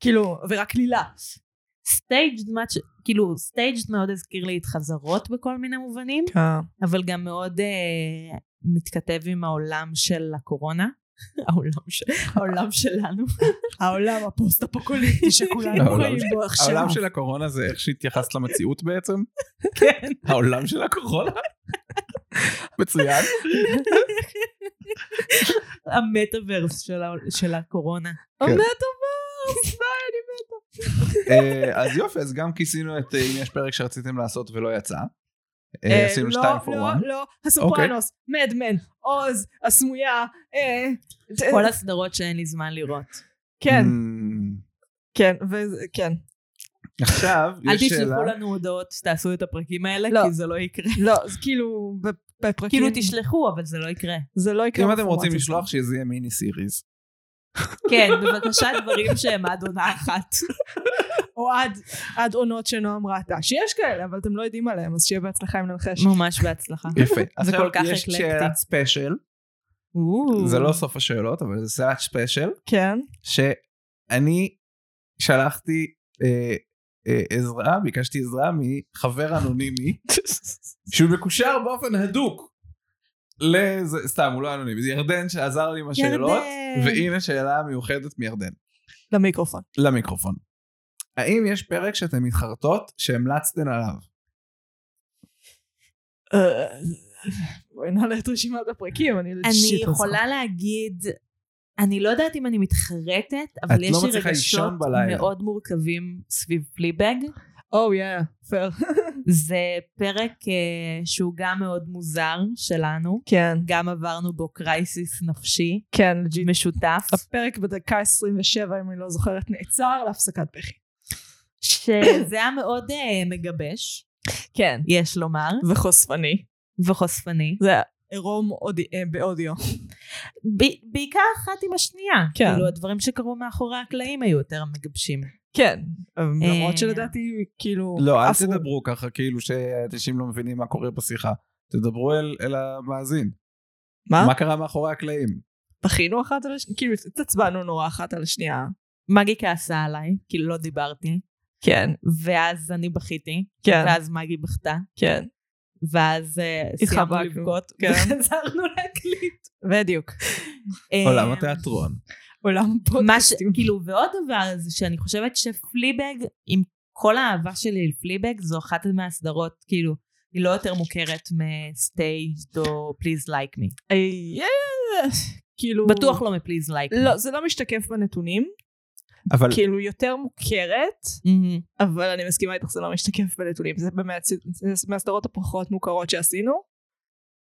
Speaker 3: כאילו, אווירה קלילה.
Speaker 1: Staged, מה ש- כאילו, Staged מאוד הזכיר לי את חזרות בכל מיני מובנים,
Speaker 3: כן.
Speaker 1: אבל גם מאוד אה, מתכתב עם העולם של
Speaker 3: [LAUGHS]
Speaker 1: הקורונה. העולם ש- העולם שלנו.
Speaker 3: העולם הפוסט-אפוקוליפטי שכולנו
Speaker 2: העולם
Speaker 3: חיים
Speaker 2: של-
Speaker 3: בו עכשיו.
Speaker 2: העולם של הקורונה זה איך שהתייחסת למציאות בעצם?
Speaker 1: כן.
Speaker 2: העולם של הקורונה? מצוין.
Speaker 1: המטאוורס של ה- של הקורונה.
Speaker 3: אה. המטאוורס, די, אני מתה.
Speaker 2: אה, אז יופי, אז גם כיסינו את אה, אם יש פרק שרציתם לעשות ולא יצא. אה,
Speaker 3: אה,
Speaker 2: עשינו
Speaker 3: לא,
Speaker 2: 2 for אוקיי.
Speaker 3: לא,
Speaker 2: 1.
Speaker 3: לא, הסופרנוס, מדמן, עוז, הסמויה, אה, ת-
Speaker 1: כל הסדרות שאין לי זמן לראות.
Speaker 3: כן,
Speaker 2: Mm.
Speaker 3: כן, וזה- כן.
Speaker 2: עכשיו,
Speaker 1: אל
Speaker 2: יש שאלה.
Speaker 1: תשלחו לנו הודעות, תעשו את הפרקים האלה,
Speaker 3: לא.
Speaker 1: כי זה לא יקרה.
Speaker 3: לא, אז כאילו, בפ- בפרקים,
Speaker 1: כאילו תשלחו, אבל זה לא
Speaker 3: [LAUGHS]
Speaker 1: יקרה.
Speaker 3: זה לא יקרה.
Speaker 2: אם אתם
Speaker 3: בפורמט
Speaker 2: רוצים
Speaker 3: הזה.
Speaker 2: לשלוח, שזה יהיה מיני סיריז.
Speaker 1: כן, בבקשה דברים שהם עד עונה אחת.
Speaker 3: או עד- עד עונות שנועם ראתה, שיש כאלה, אבל אתם לא יודעים עליהם, אז שיהיה בהצלחה אם ננחש.
Speaker 1: [LAUGHS] ממש בהצלחה.
Speaker 2: יפה.
Speaker 1: זה
Speaker 2: עכשיו
Speaker 1: כל כך
Speaker 2: יש
Speaker 1: אקלקטי.
Speaker 2: שאלת ספיישל, זה לא סוף השאלות, אבל זה שאלת ספיישל,
Speaker 3: כן, [LAUGHS]
Speaker 2: שאני שלחתי אה, אה, עזרה, ביקשתי עזרה מחבר אנונימי, שהוא מקושר באופן הדוק. לזה, סתם, הוא לא אנונימי, זה ירדן שעזר לי עם השאלות,
Speaker 1: ירדן.
Speaker 2: והנה שאלה מיוחדת מירדן.
Speaker 3: למיקרופון.
Speaker 2: למיקרופון. האם יש פרק שאתן מתחרטות שהמלצתן עליו?
Speaker 3: אה, בואי נעלה את רשימת הפרקים, אני
Speaker 1: אני
Speaker 3: שיט,
Speaker 1: יכולה להגיד, אני לא יודעת אם אני מתחרטת,
Speaker 2: את
Speaker 1: אבל יש
Speaker 2: לא
Speaker 1: לי
Speaker 2: מצליחה
Speaker 1: רגשות
Speaker 2: לישון בלילה.
Speaker 1: מאוד מורכבים סביב פליבג.
Speaker 3: או, יא, פייר.
Speaker 1: זה פרק אה, שהוא גם מאוד מוזר שלנו,
Speaker 3: כן,
Speaker 1: גם עברנו בו קרייסיס נפשי
Speaker 3: כן, לג'יט.
Speaker 1: משותף,
Speaker 3: הפרק בדקה 27, אם אני לא זוכרת, נעצר להפסקת בכי.
Speaker 1: שזה היה מאוד אה, מגבש,
Speaker 3: כן.
Speaker 1: יש לומר,
Speaker 3: וחושפני.
Speaker 1: וחושפני.
Speaker 3: זה עירום אודי- אה, באודיו.
Speaker 1: ב- בעיקר אחת עם השנייה.
Speaker 3: כן.
Speaker 1: כאילו הדברים שקרו מאחורי הקלעים היו יותר מגבשים.
Speaker 3: כן. למרות
Speaker 1: אה.
Speaker 3: שלדעתי, כאילו...
Speaker 2: לא, אל
Speaker 3: עפו.
Speaker 2: תדברו ככה, כאילו שאנשים לא מבינים מה קורה בשיחה. תדברו אל, אל המאזין.
Speaker 3: מה?
Speaker 1: אה?
Speaker 2: מה קרה מאחורי הקלעים?
Speaker 3: בכינו אחת על השנייה? כאילו, התעצבנו נורא אחת על השנייה.
Speaker 1: מגי כעסה עליי, כאילו לא דיברתי,
Speaker 3: כן,
Speaker 1: ואז אני בכיתי,
Speaker 3: כן,
Speaker 1: ואז מגי בכתה,
Speaker 3: כן.
Speaker 1: ואז אה, סיימנו
Speaker 3: התחבקנו,
Speaker 1: לבכות,
Speaker 3: כן.
Speaker 1: וחזרנו להקליט.
Speaker 3: בדיוק.
Speaker 1: אה,
Speaker 2: עולם התיאטרון.
Speaker 3: עולם
Speaker 1: מה ש...
Speaker 3: פודקאסטים.
Speaker 1: כאילו, ועוד דבר זה שאני חושבת שפליבג, עם כל האהבה שלי לפליבג, זו אחת מהסדרות, כאילו, היא לא יותר מוכרת מסטייג' או פליז לייק מי.
Speaker 3: אה, אה, כאילו...
Speaker 1: בטוח לא מפליז לייק מי.
Speaker 3: לא, זה לא משתקף בנתונים.
Speaker 2: אבל
Speaker 1: כן.
Speaker 3: כאילו, יותר מוכרת,
Speaker 1: מהמם.
Speaker 3: אבל אני מסכימה איתך, זה לא משתקף בנתונים. זה באמת ס- זה מהסדרות הפחות מוכרות שעשינו.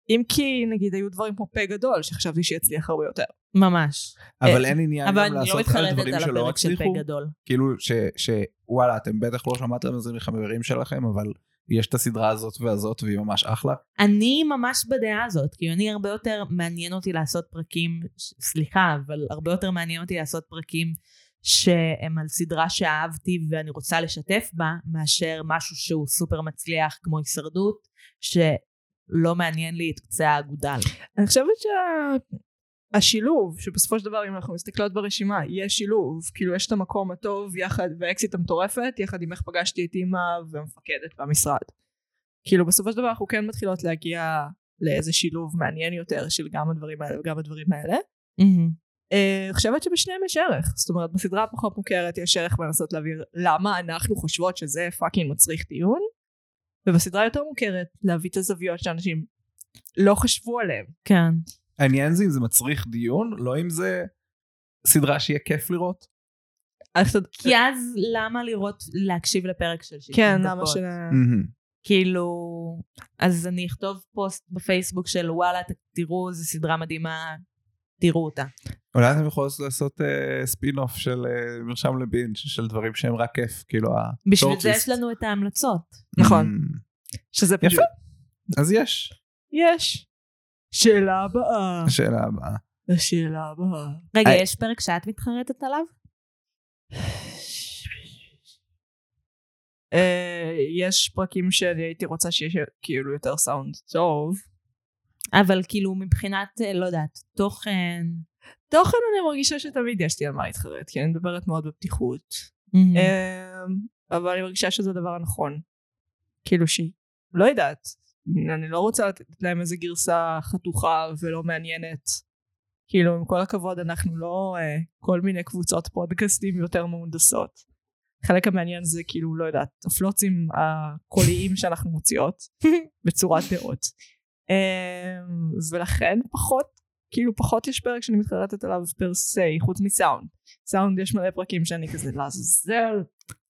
Speaker 3: אם כי, נגיד, היו דברים כמו פה גדול, שחשבתי שיצליח הרבה יותר.
Speaker 1: ממש.
Speaker 2: אבל אין עניין
Speaker 1: אבל
Speaker 2: גם
Speaker 1: אני לא
Speaker 2: לעשות לך דברים
Speaker 1: מתחרטת על
Speaker 2: שלא
Speaker 1: הפרק של פה
Speaker 2: הצליחו.
Speaker 1: גדול.
Speaker 2: כאילו ש- שוואלה אתם בטח לא שמעתם את זה מחברים שלכם אבל יש את הסדרה הזאת והזאת והיא ממש אחלה.
Speaker 1: אני ממש בדעה הזאת, כי אני הרבה יותר מעניין אותי לעשות פרקים, ש- סליחה, אבל הרבה יותר מעניין אותי לעשות פרקים שהם על סדרה שאהבתי ואני רוצה לשתף בה, מאשר משהו שהוא סופר מצליח כמו הישרדות, שלא מעניין לי את קצה האגודל.
Speaker 3: אני חושבת שהשילוב, שבסופו של דבר אם אנחנו מסתכלות ברשימה, יש שילוב, כאילו יש את המקום הטוב יחד, והאקסיט המטורפת, יחד עם איך פגשתי את אימא והמפקדת והמשרד. כאילו בסופו של דבר אנחנו כן מתחילות להגיע לאיזה שילוב מעניין יותר של גם הדברים האלה וגם הדברים האלה. אה, אני חושבת שבשניהם יש ערך, זאת אומרת בסדרה הפחות מוכרת יש ערך בלנסות להבהיר למה אנחנו חושבות שזה פאקינג מצריך דיון, ובסדרה היותר מוכרת להביא את הזוויות שאנשים לא חשבו עליהם.
Speaker 1: כן.
Speaker 2: העניין זה אם זה מצריך דיון לא אם זה סדרה שיהיה כיף לראות.
Speaker 3: אז אתה-
Speaker 1: כי אז למה לראות, להקשיב לפרק של 60
Speaker 3: כן,
Speaker 1: דקות?
Speaker 3: למה של...
Speaker 1: אה.
Speaker 2: מהמם.
Speaker 1: כאילו, אז אני אכתוב פוסט בפייסבוק של וואלה, ת- תראו, זו סדרה מדהימה, תראו אותה.
Speaker 2: אולי אתם יכולים לעשות אה, ספין אוף של אה, מרשם לבינג' של דברים שהם רק כיף כאילו ה...
Speaker 1: בשביל זה
Speaker 2: shortlist.
Speaker 1: יש לנו את ההמלצות.
Speaker 3: נכון.
Speaker 2: Mm.
Speaker 3: שזה
Speaker 2: יפה.
Speaker 3: פשוט.
Speaker 2: אז יש.
Speaker 1: אה.
Speaker 3: יש. שאלה הבאה.
Speaker 2: השאלה הבאה.
Speaker 3: השאלה הבאה.
Speaker 1: רגע,
Speaker 2: היי.
Speaker 1: יש פרק שאת מתחרטת עליו?
Speaker 3: אה, יש פרקים שאני הייתי רוצה שיש כאילו יותר סאונד טוב.
Speaker 1: אבל כאילו מבחינת, אה, לא יודעת, תוכן.
Speaker 3: תוכן אני מרגישה שתמיד יש לי על מה להתחרט, כי אני מדברת מאוד בפתיחות.
Speaker 1: Mm.
Speaker 3: אה, אבל אני מרגישה שזה הדבר הנכון. כאילו שהיא, לא יודעת. אני לא רוצה לתת להם איזה גרסה חתוכה ולא מעניינת. כאילו, עם כל הכבוד, אנחנו לא אה, כל מיני קבוצות פודקאסטים יותר מהונדסות. חלק המעניין זה כאילו, לא יודעת, הפלוצים הקוליים שאנחנו מוציאות בצורת דעות. אה, ולכן פחות, כאילו פחות יש פרק שאני מתחרטת עליו פר סי, חוץ מסאונד. סאונד יש מלא פרקים שאני כזה לעזאזל,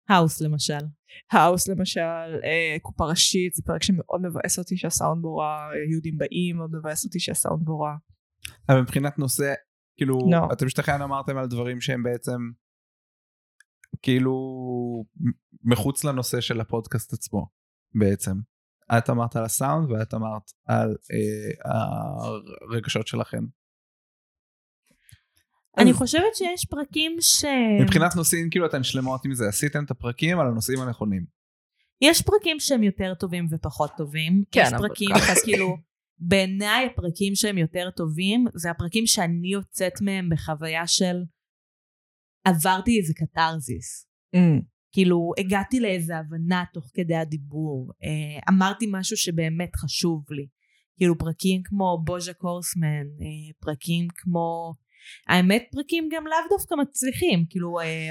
Speaker 1: האוס למשל.
Speaker 3: האוס למשל, אה, קופה ראשית, זה פרק שמאוד מבאס אותי שהסאונד בו רע, אה, יהודים באים, מאוד מבאס אותי שהסאונד בו רע.
Speaker 2: אבל מבחינת נושא כאילו
Speaker 3: לא.
Speaker 2: אתם שתכן אמרתם על דברים שהם בעצם כאילו מ- מחוץ לנושא של הפודקאסט עצמו בעצם. את אמרת על הסאונד ואת אמרת על אה, הרגשות שלכם.
Speaker 3: אה.
Speaker 1: אני חושבת שיש פרקים ש...
Speaker 3: כן.
Speaker 2: מבחינת נושאים כאילו אתן שלמות עם זה עשיתם את הפרקים על הנושאים הנכונים.
Speaker 3: כן.
Speaker 1: יש פרקים שהם יותר טובים ופחות טובים.
Speaker 3: כן,
Speaker 1: יש
Speaker 3: אבל
Speaker 1: פרקים
Speaker 3: ככה.
Speaker 1: שכאילו, בעיניי הפרקים שהם יותר טובים, זה הפרקים שאני יוצאת מהם בחוויה של עברתי איזה קתרזיס.
Speaker 3: Mm.
Speaker 1: כאילו, הגעתי לאיזה הבנה תוך כדי הדיבור. אה, אמרתי משהו שבאמת חשוב לי. כאילו, פרקים כמו בוז'ק הורסמן, אה, פרקים כמו... האמת, פרקים גם לאו דווקא מצליחים. כאילו, אה,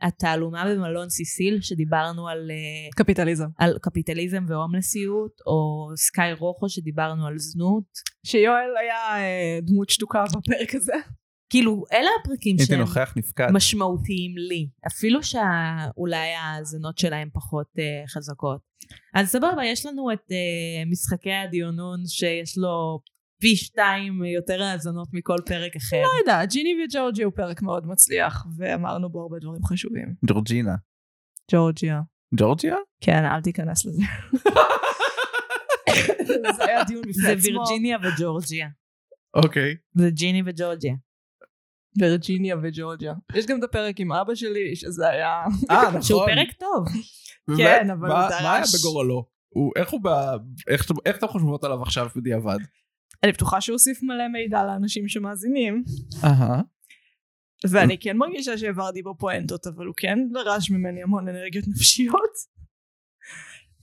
Speaker 1: התעלומה במלון סיסיל, שדיברנו על... אה,
Speaker 3: קפיטליזם.
Speaker 1: על קפיטליזם והומלסיות, או סקאי רוחו שדיברנו על זנות.
Speaker 3: שיואל היה אה, דמות שתוקה בפרק הזה. [LAUGHS]
Speaker 1: כאילו, אלה הפרקים
Speaker 2: הייתי
Speaker 1: שהם
Speaker 2: נוכח נפקד.
Speaker 1: משמעותיים לי, אפילו שאולי ההאזנות שלהם פחות אה, חזקות. אז סבבה, יש לנו את אה, משחקי הדיונון שיש לו פי שתיים יותר האזנות מכל פרק אחר.
Speaker 3: לא יודעת, ג'יני וג'ורג'י הוא פרק מאוד מצליח, ואמרנו בו הרבה דברים חשובים.
Speaker 2: ג'ורג'ינה.
Speaker 3: ג'ורג'יה.
Speaker 2: ג'ורג'יה?
Speaker 3: כן, אל תיכנס [LAUGHS] לזה. זה היה דיון בפני
Speaker 1: זה
Speaker 3: עצמו.
Speaker 1: וירג'יניה וג'ורג'יה.
Speaker 2: אוקיי.
Speaker 1: זה ג'יני וג'ורג'יה.
Speaker 3: וירג'יניה וג'ורג'יה. יש גם את הפרק עם אבא שלי, שזה היה... [LAUGHS]
Speaker 2: אה נכון.
Speaker 1: שהוא פרק טוב.
Speaker 2: באמת?
Speaker 3: כן, אבל
Speaker 2: מה-
Speaker 3: הוא
Speaker 2: מה היה
Speaker 3: דרש.
Speaker 2: בגורלו? הוא- איך הוא ב... איך אתם- איך אתם חושבות עליו עכשיו בדיעבד?
Speaker 3: אני בטוחה שהוא הוסיף מלא מידע לאנשים שמאזינים.
Speaker 2: אהה.
Speaker 3: ואני כן מרגישה שהעברתי בו פואנטות, אבל הוא כן דרש ממני המון אנרגיות נפשיות. [LAUGHS]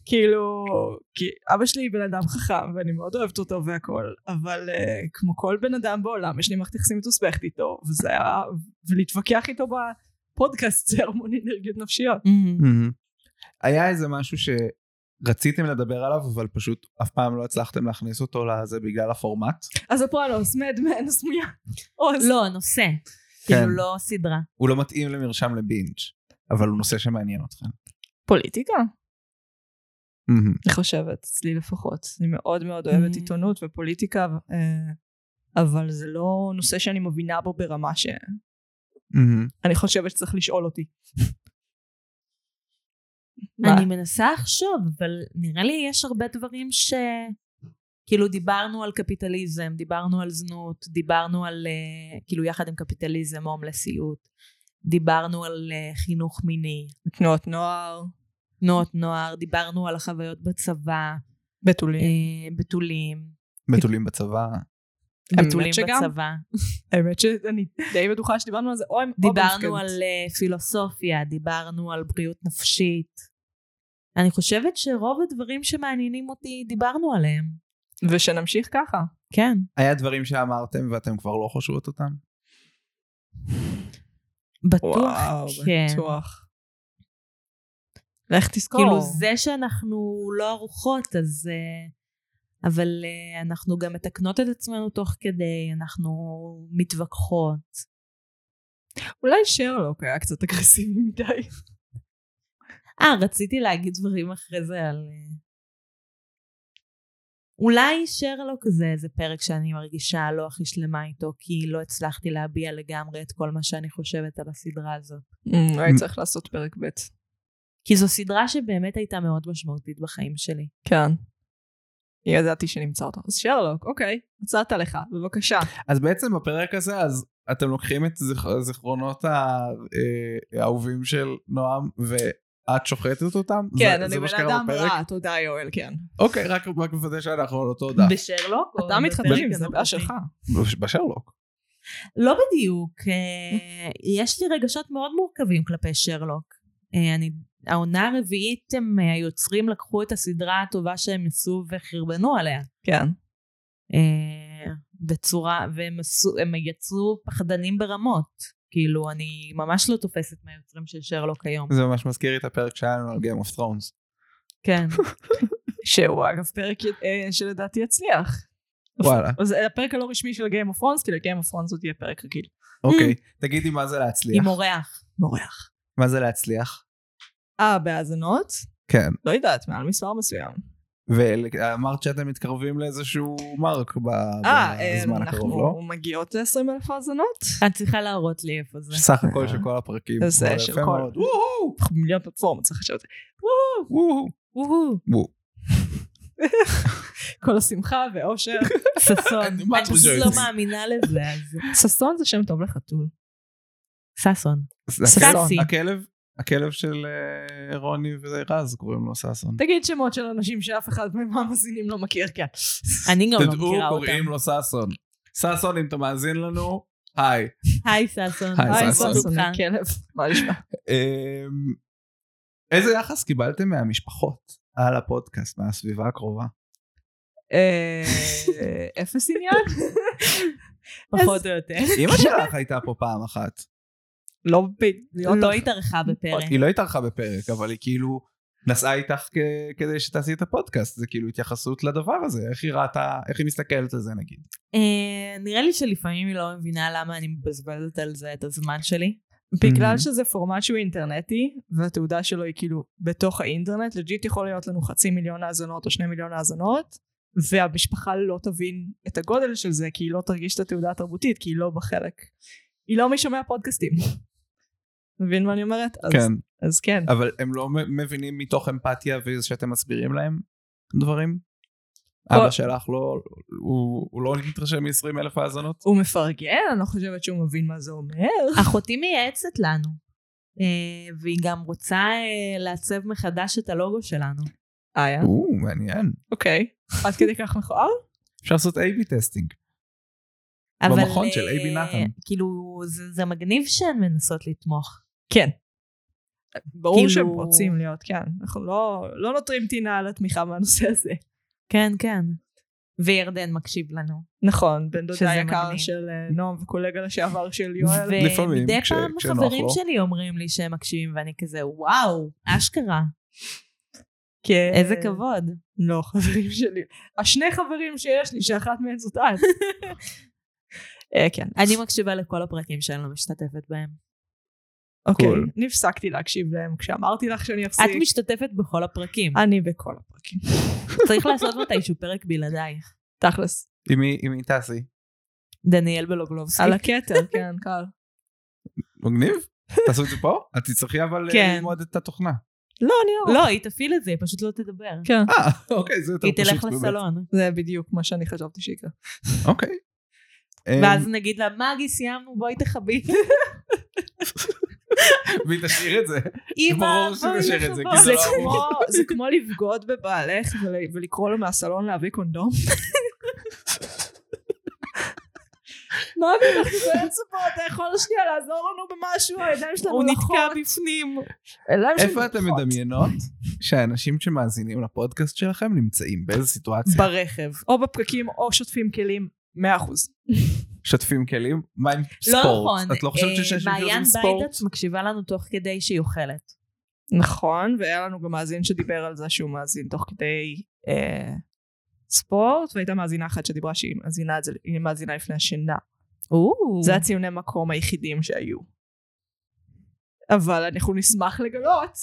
Speaker 3: כאילו, כי אבא שלי בן אדם חכם, ואני מאוד אוהבת אותו והכל, אבל uh, כמו כל בן אדם בעולם, יש לי מערכת יחסים מתוסבכת איתו, וזה היה, ולהתווכח איתו בפודקאסט זה המון אנרגיות נפשיות.
Speaker 2: היה איזה משהו שרציתם לדבר עליו, אבל פשוט אף פעם לא הצלחתם להכניס אותו לזה בגלל הפורמט?
Speaker 3: אז אפרלוס, מדמן, סמויה, עוז.
Speaker 1: לא, נושא. כאילו לא סדרה.
Speaker 2: הוא לא מתאים למרשם לבינג', אבל הוא נושא שמעניין אותך.
Speaker 3: פוליטיקה, אני חושבת, אצלי לפחות. אני מאוד מאוד אוהבת
Speaker 1: Mhm.
Speaker 3: עיתונות ופוליטיקה, אה, אבל זה לא נושא שאני מבינה בו ברמה שאני חושבת שצריך לשאול אותי. מה?
Speaker 1: אני מנסה לחשוב, אבל נראה לי יש הרבה דברים ש... כאילו דיברנו על קפיטליזם, דיברנו על זנות, דיברנו על, אה, כאילו יחד עם קפיטליזם, הומלסיות, דיברנו על אה, חינוך מיני,
Speaker 3: תנועות נוער,
Speaker 1: תנועות נוער, דיברנו על החוויות בצבא,
Speaker 3: בתולים.
Speaker 1: אה, בתולים,
Speaker 2: בתולים בצבא.
Speaker 3: האמת
Speaker 1: בתולים
Speaker 3: שגם.
Speaker 1: בצבא,
Speaker 3: האמת שאני [LAUGHS] די בטוחה שדיברנו על זה, או או
Speaker 1: [LAUGHS] דיברנו
Speaker 3: במפקדת.
Speaker 1: על אה, פילוסופיה, דיברנו על בריאות נפשית. אני חושבת שרוב הדברים שמעניינים אותי, דיברנו עליהם.
Speaker 3: ושנמשיך ככה.
Speaker 1: כן.
Speaker 2: היה דברים שאמרתם ואתם כבר לא חושבות אותם?
Speaker 1: בטוח, כן.
Speaker 3: בטוח. לא. לך תזכור.
Speaker 1: כאילו זה שאנחנו לא ערוכות, אז... אה, אבל אה, אנחנו גם מתקנות את עצמנו תוך כדי, אנחנו מתווכחות.
Speaker 3: אולי שרלוק היה קצת אגרסיבי מדי.
Speaker 1: אה, רציתי להגיד דברים אחרי זה על... אה, אולי שרלוק זה איזה פרק שאני מרגישה לא הכי שלמה איתו, כי לא הצלחתי להביע לגמרי את כל מה שאני חושבת על הסדרה הזאת.
Speaker 3: Mm, אולי צריך לעשות פרק ב'.
Speaker 1: כי זו סדרה שבאמת הייתה מאוד משמעותית בחיים שלי.
Speaker 3: כן. ידעתי שנמצא אותו. אז שרלוק, אוקיי, מצאת לך, בבקשה.
Speaker 2: אז בעצם בפרק הזה אז אתם לוקחים את זכ- הזיכרונות ה- אה, האהובים של נועם ואת שוחטת אותם?
Speaker 3: כן,
Speaker 2: זה-
Speaker 3: אני
Speaker 2: זה מה
Speaker 3: בן
Speaker 2: שקרה
Speaker 3: אדם
Speaker 2: בפרק?
Speaker 3: רע, תודה יואל, כן.
Speaker 2: אוקיי, רק רק מוודא שאנחנו על אותו דף.
Speaker 1: בשרלוק? או
Speaker 3: אתה
Speaker 1: בפרק
Speaker 3: מתחתן, זה
Speaker 1: הנוכחי?
Speaker 3: בעיה שלך.
Speaker 2: בשרלוק.
Speaker 1: לא בדיוק. אה, יש לי רגשות מאוד מורכבים כלפי שרלוק. אה, אני, העונה הרביעית, הם, אה, היוצרים לקחו את הסדרה הטובה שהם עשו וחרבנו עליה.
Speaker 3: כן.
Speaker 1: אה, בצורה, והם עשו, הם יצרו פחדנים ברמות. כאילו, אני ממש לא תופסת מהיוצרים של שרלוק היום.
Speaker 2: זה ממש מזכיר לי את הפרק שהיה לנו על Game of
Speaker 3: [LAUGHS]
Speaker 2: Thrones. [LAUGHS]
Speaker 1: כן.
Speaker 3: שהוא אגב פרק אה, שלדעתי יצליח.
Speaker 2: וואלה,
Speaker 3: אז זה הפרק הלא רשמי של Game of Thrones, כי ל-Game of Thrones עוד יהיה פרק רגיל.
Speaker 2: אוקיי. תגידי מה זה להצליח.
Speaker 1: עם אורח.
Speaker 3: מורח.
Speaker 2: מה זה להצליח?
Speaker 3: אה, בהאזנות?
Speaker 2: כן.
Speaker 3: לא יודעת, מעל מספר מסוים.
Speaker 2: ואמרת שאתם מתקרבים לאיזשהו מרק ב-
Speaker 3: אה,
Speaker 2: בזמן הקרוב, לא?
Speaker 3: אנחנו מגיעות ל-20 אלף האזנות?
Speaker 1: את צריכה להראות לי איפה זה.
Speaker 2: סך הכל של כל הפרקים.
Speaker 3: זה
Speaker 2: וואלה,
Speaker 3: של
Speaker 2: יפה
Speaker 3: כל-
Speaker 2: מאוד. וואו,
Speaker 3: אנחנו מיליון פלטפורמות, צריך לשבת.
Speaker 2: וואו,
Speaker 1: וואו,
Speaker 2: וואו.
Speaker 3: כל השמחה
Speaker 2: [LAUGHS]
Speaker 3: ואושר.
Speaker 1: ששון.
Speaker 2: אני
Speaker 1: אני
Speaker 2: ממש
Speaker 1: פשוט לא
Speaker 2: rejoice.
Speaker 1: מאמינה לזה, אז...
Speaker 3: ששון זה שם טוב לחתול.
Speaker 1: ששון.
Speaker 2: זה
Speaker 1: ששון.
Speaker 2: הכלב- הכלב, הכלב של אה, רוני ורז קוראים לו ששון.
Speaker 3: תגיד שמות של אנשים שאף אחד מהמאזינים לא מכיר, כן.
Speaker 2: אה,
Speaker 1: אני גם לא
Speaker 2: תדעו,
Speaker 1: מכירה אותם.
Speaker 2: קוראים לו ששון. ששון, אם אתה מאזין לנו, היי.
Speaker 1: היי ששון.
Speaker 2: היי,
Speaker 1: מה
Speaker 3: היי,
Speaker 2: ששון.
Speaker 1: שלומך?
Speaker 3: ששון, כלב. כן, מה נשמע?
Speaker 2: אמ, איזה יחס קיבלתם מהמשפחות על הפודקאסט, מהסביבה הקרובה?
Speaker 3: אה, אפס עניין?
Speaker 1: פחות או
Speaker 2: [LAUGHS]
Speaker 1: יותר.
Speaker 2: אמא שלך הייתה פה פעם אחת.
Speaker 3: לא בדיוק.
Speaker 1: לא התארכה בפרק.
Speaker 2: היא לא התארחה בפרק, אבל היא כאילו נסעה איתך כ- כדי שתעשי את הפודקאסט. זה כאילו התייחסות לדבר הזה, איך היא ראתה, איך היא מסתכלת על זה נגיד.
Speaker 1: אה, נראה לי שלפעמים היא לא מבינה למה אני מבזבזת על זה את הזמן
Speaker 2: [LAUGHS]
Speaker 1: שלי.
Speaker 3: בגלל
Speaker 2: Mhm.
Speaker 3: שזה פורמט שהוא אינטרנטי, והתעודה שלו היא כאילו בתוך האינטרנט, לג'יט יכול להיות לנו חצי מיליון האזנות או שני מיליון האזנות, והמשפחה לא תבין את הגודל של זה, כי היא לא תרגיש את התעודה התרבותית, כי היא לא בחלק. היא לא מי שומע פודקאסטים. [LAUGHS] מבין מה אני אומרת? אז,
Speaker 2: כן,
Speaker 3: אז כן.
Speaker 2: אבל הם לא מ- מבינים מתוך אמפתיה וזה שאתם מסבירים להם דברים? אבא שלך לא, הוא הוא לא מתרשם מ-20 אלף האזנות?
Speaker 3: הוא מפרגן, אני לא חושבת שהוא מבין מה זה אומר.
Speaker 1: אחותי מייעצת לנו. אה, והיא גם רוצה אה, לעצב מחדש את הלוגו שלנו.
Speaker 3: אה,
Speaker 1: כן.
Speaker 3: יא.
Speaker 2: או, מעניין.
Speaker 3: אוקיי. עד כדי כך מכוער?
Speaker 2: אפשר לעשות A-B טסטינג.
Speaker 1: אבל,
Speaker 2: במכון של
Speaker 1: אה,
Speaker 2: אייבי נתן.
Speaker 1: כאילו, זה, זה מגניב שהן מנסות לתמוך.
Speaker 3: כן. ברור
Speaker 1: כאילו-
Speaker 3: שהם רוצים להיות, כן. אנחנו לא, לא נותרים טינה על התמיכה מהנושא הזה.
Speaker 1: כן, כן. וירדן מקשיב לנו.
Speaker 3: נכון, בן
Speaker 1: שזה
Speaker 3: דודה יקר
Speaker 1: מגניב.
Speaker 3: של אה, נועם וקולגה לשעבר של יואל.
Speaker 2: לפעמים,
Speaker 1: ומדי
Speaker 2: כש-
Speaker 1: פעם
Speaker 2: כשנוח
Speaker 1: חברים
Speaker 2: לו.
Speaker 1: שלי אומרים לי שהם מקשיבים, ואני כזה, וואו, אשכרה,
Speaker 3: כן.
Speaker 1: איזה
Speaker 2: אה.
Speaker 1: כבוד.
Speaker 3: לא, חברים שלי. השני חברים שיש לי, שאחת מהן זאת [LAUGHS] את. אה, כן.
Speaker 1: אני מקשיבה לכל הפרקים שאני לא משתתפת בהם.
Speaker 3: אוקיי,
Speaker 2: קול.
Speaker 3: אני הפסקתי להקשיב להם כשאמרתי לך שאני אפסיק.
Speaker 1: את משתתפת בכל הפרקים.
Speaker 3: אני בכל הפרקים.
Speaker 1: צריך לעשות מתישהו פרק בלעדייך.
Speaker 3: תכלס.
Speaker 2: עם מי- עם מי טסי?
Speaker 1: דניאל בלוגלובסקי.
Speaker 3: על הכתר, כן, קל.
Speaker 1: [LAUGHS]
Speaker 2: מגניב? תעשו את זה פה? את תצטרכי אבל אה,
Speaker 1: כן.
Speaker 2: ללמוד את התוכנה.
Speaker 3: לא, אני
Speaker 1: לא, היא תפעיל את זה, היא פשוט לא תדבר.
Speaker 3: כן.
Speaker 2: אה,
Speaker 1: [LAUGHS]
Speaker 2: אוקיי, זה יותר
Speaker 1: היא
Speaker 2: פשוט.
Speaker 1: תלך
Speaker 2: באמת. אמ,
Speaker 1: לסלון.
Speaker 3: זה בדיוק מה שאני חשבתי שיקרה.
Speaker 2: אוקיי. אה,
Speaker 1: ואז נגיד לה, מגי, סיימנו, בואי
Speaker 2: [LAUGHS]
Speaker 1: תכבי.
Speaker 2: והיא תשאיר את זה.
Speaker 1: אמא,
Speaker 2: ברור שהיא
Speaker 1: בואי
Speaker 2: תשאיר את זה,
Speaker 1: לכבות.
Speaker 2: כי זה
Speaker 3: זה
Speaker 2: לא אמור.
Speaker 3: כמו, זה כמו לבגוד בבעלך ול- ולקרוא לו מהסלון להביא קונדום. מה אני אנחנו באמצע פה, אתה יכול שנייה לעזור לנו במשהו, הידיים שלנו נכון.
Speaker 1: הוא
Speaker 2: נכון.
Speaker 3: לחות.
Speaker 1: נתקע בפנים.
Speaker 3: הידיים
Speaker 2: [LAUGHS]
Speaker 3: שלנו
Speaker 2: איפה אתם
Speaker 3: לחות.
Speaker 2: מדמיינות שהאנשים שמאזינים לפודקאסט שלכם נמצאים? באיזה סיטואציה?
Speaker 3: ברכב, או בפקקים, או שוטפים כלים, מאה אחוז.
Speaker 2: שוטפים כלים? מה עם
Speaker 1: לא
Speaker 2: ספורט?
Speaker 1: נכון.
Speaker 2: את לא חושבת שיש
Speaker 1: אה,
Speaker 2: אנשים שעושים
Speaker 1: מעיין
Speaker 2: ספורט?
Speaker 1: ביידץ מקשיבה לנו תוך כדי שהיא אוכלת.
Speaker 3: נכון, והיה לנו גם מאזין שדיבר על זה שהוא מאזין תוך כדי אה, ספורט, והייתה מאזינה אחת שדיברה שהיא מאזינה את זה, היא מאזינה לפני השינה. זה
Speaker 1: זה
Speaker 3: הציוני מקום היחידים שהיו. אבל אנחנו נשמח לגלות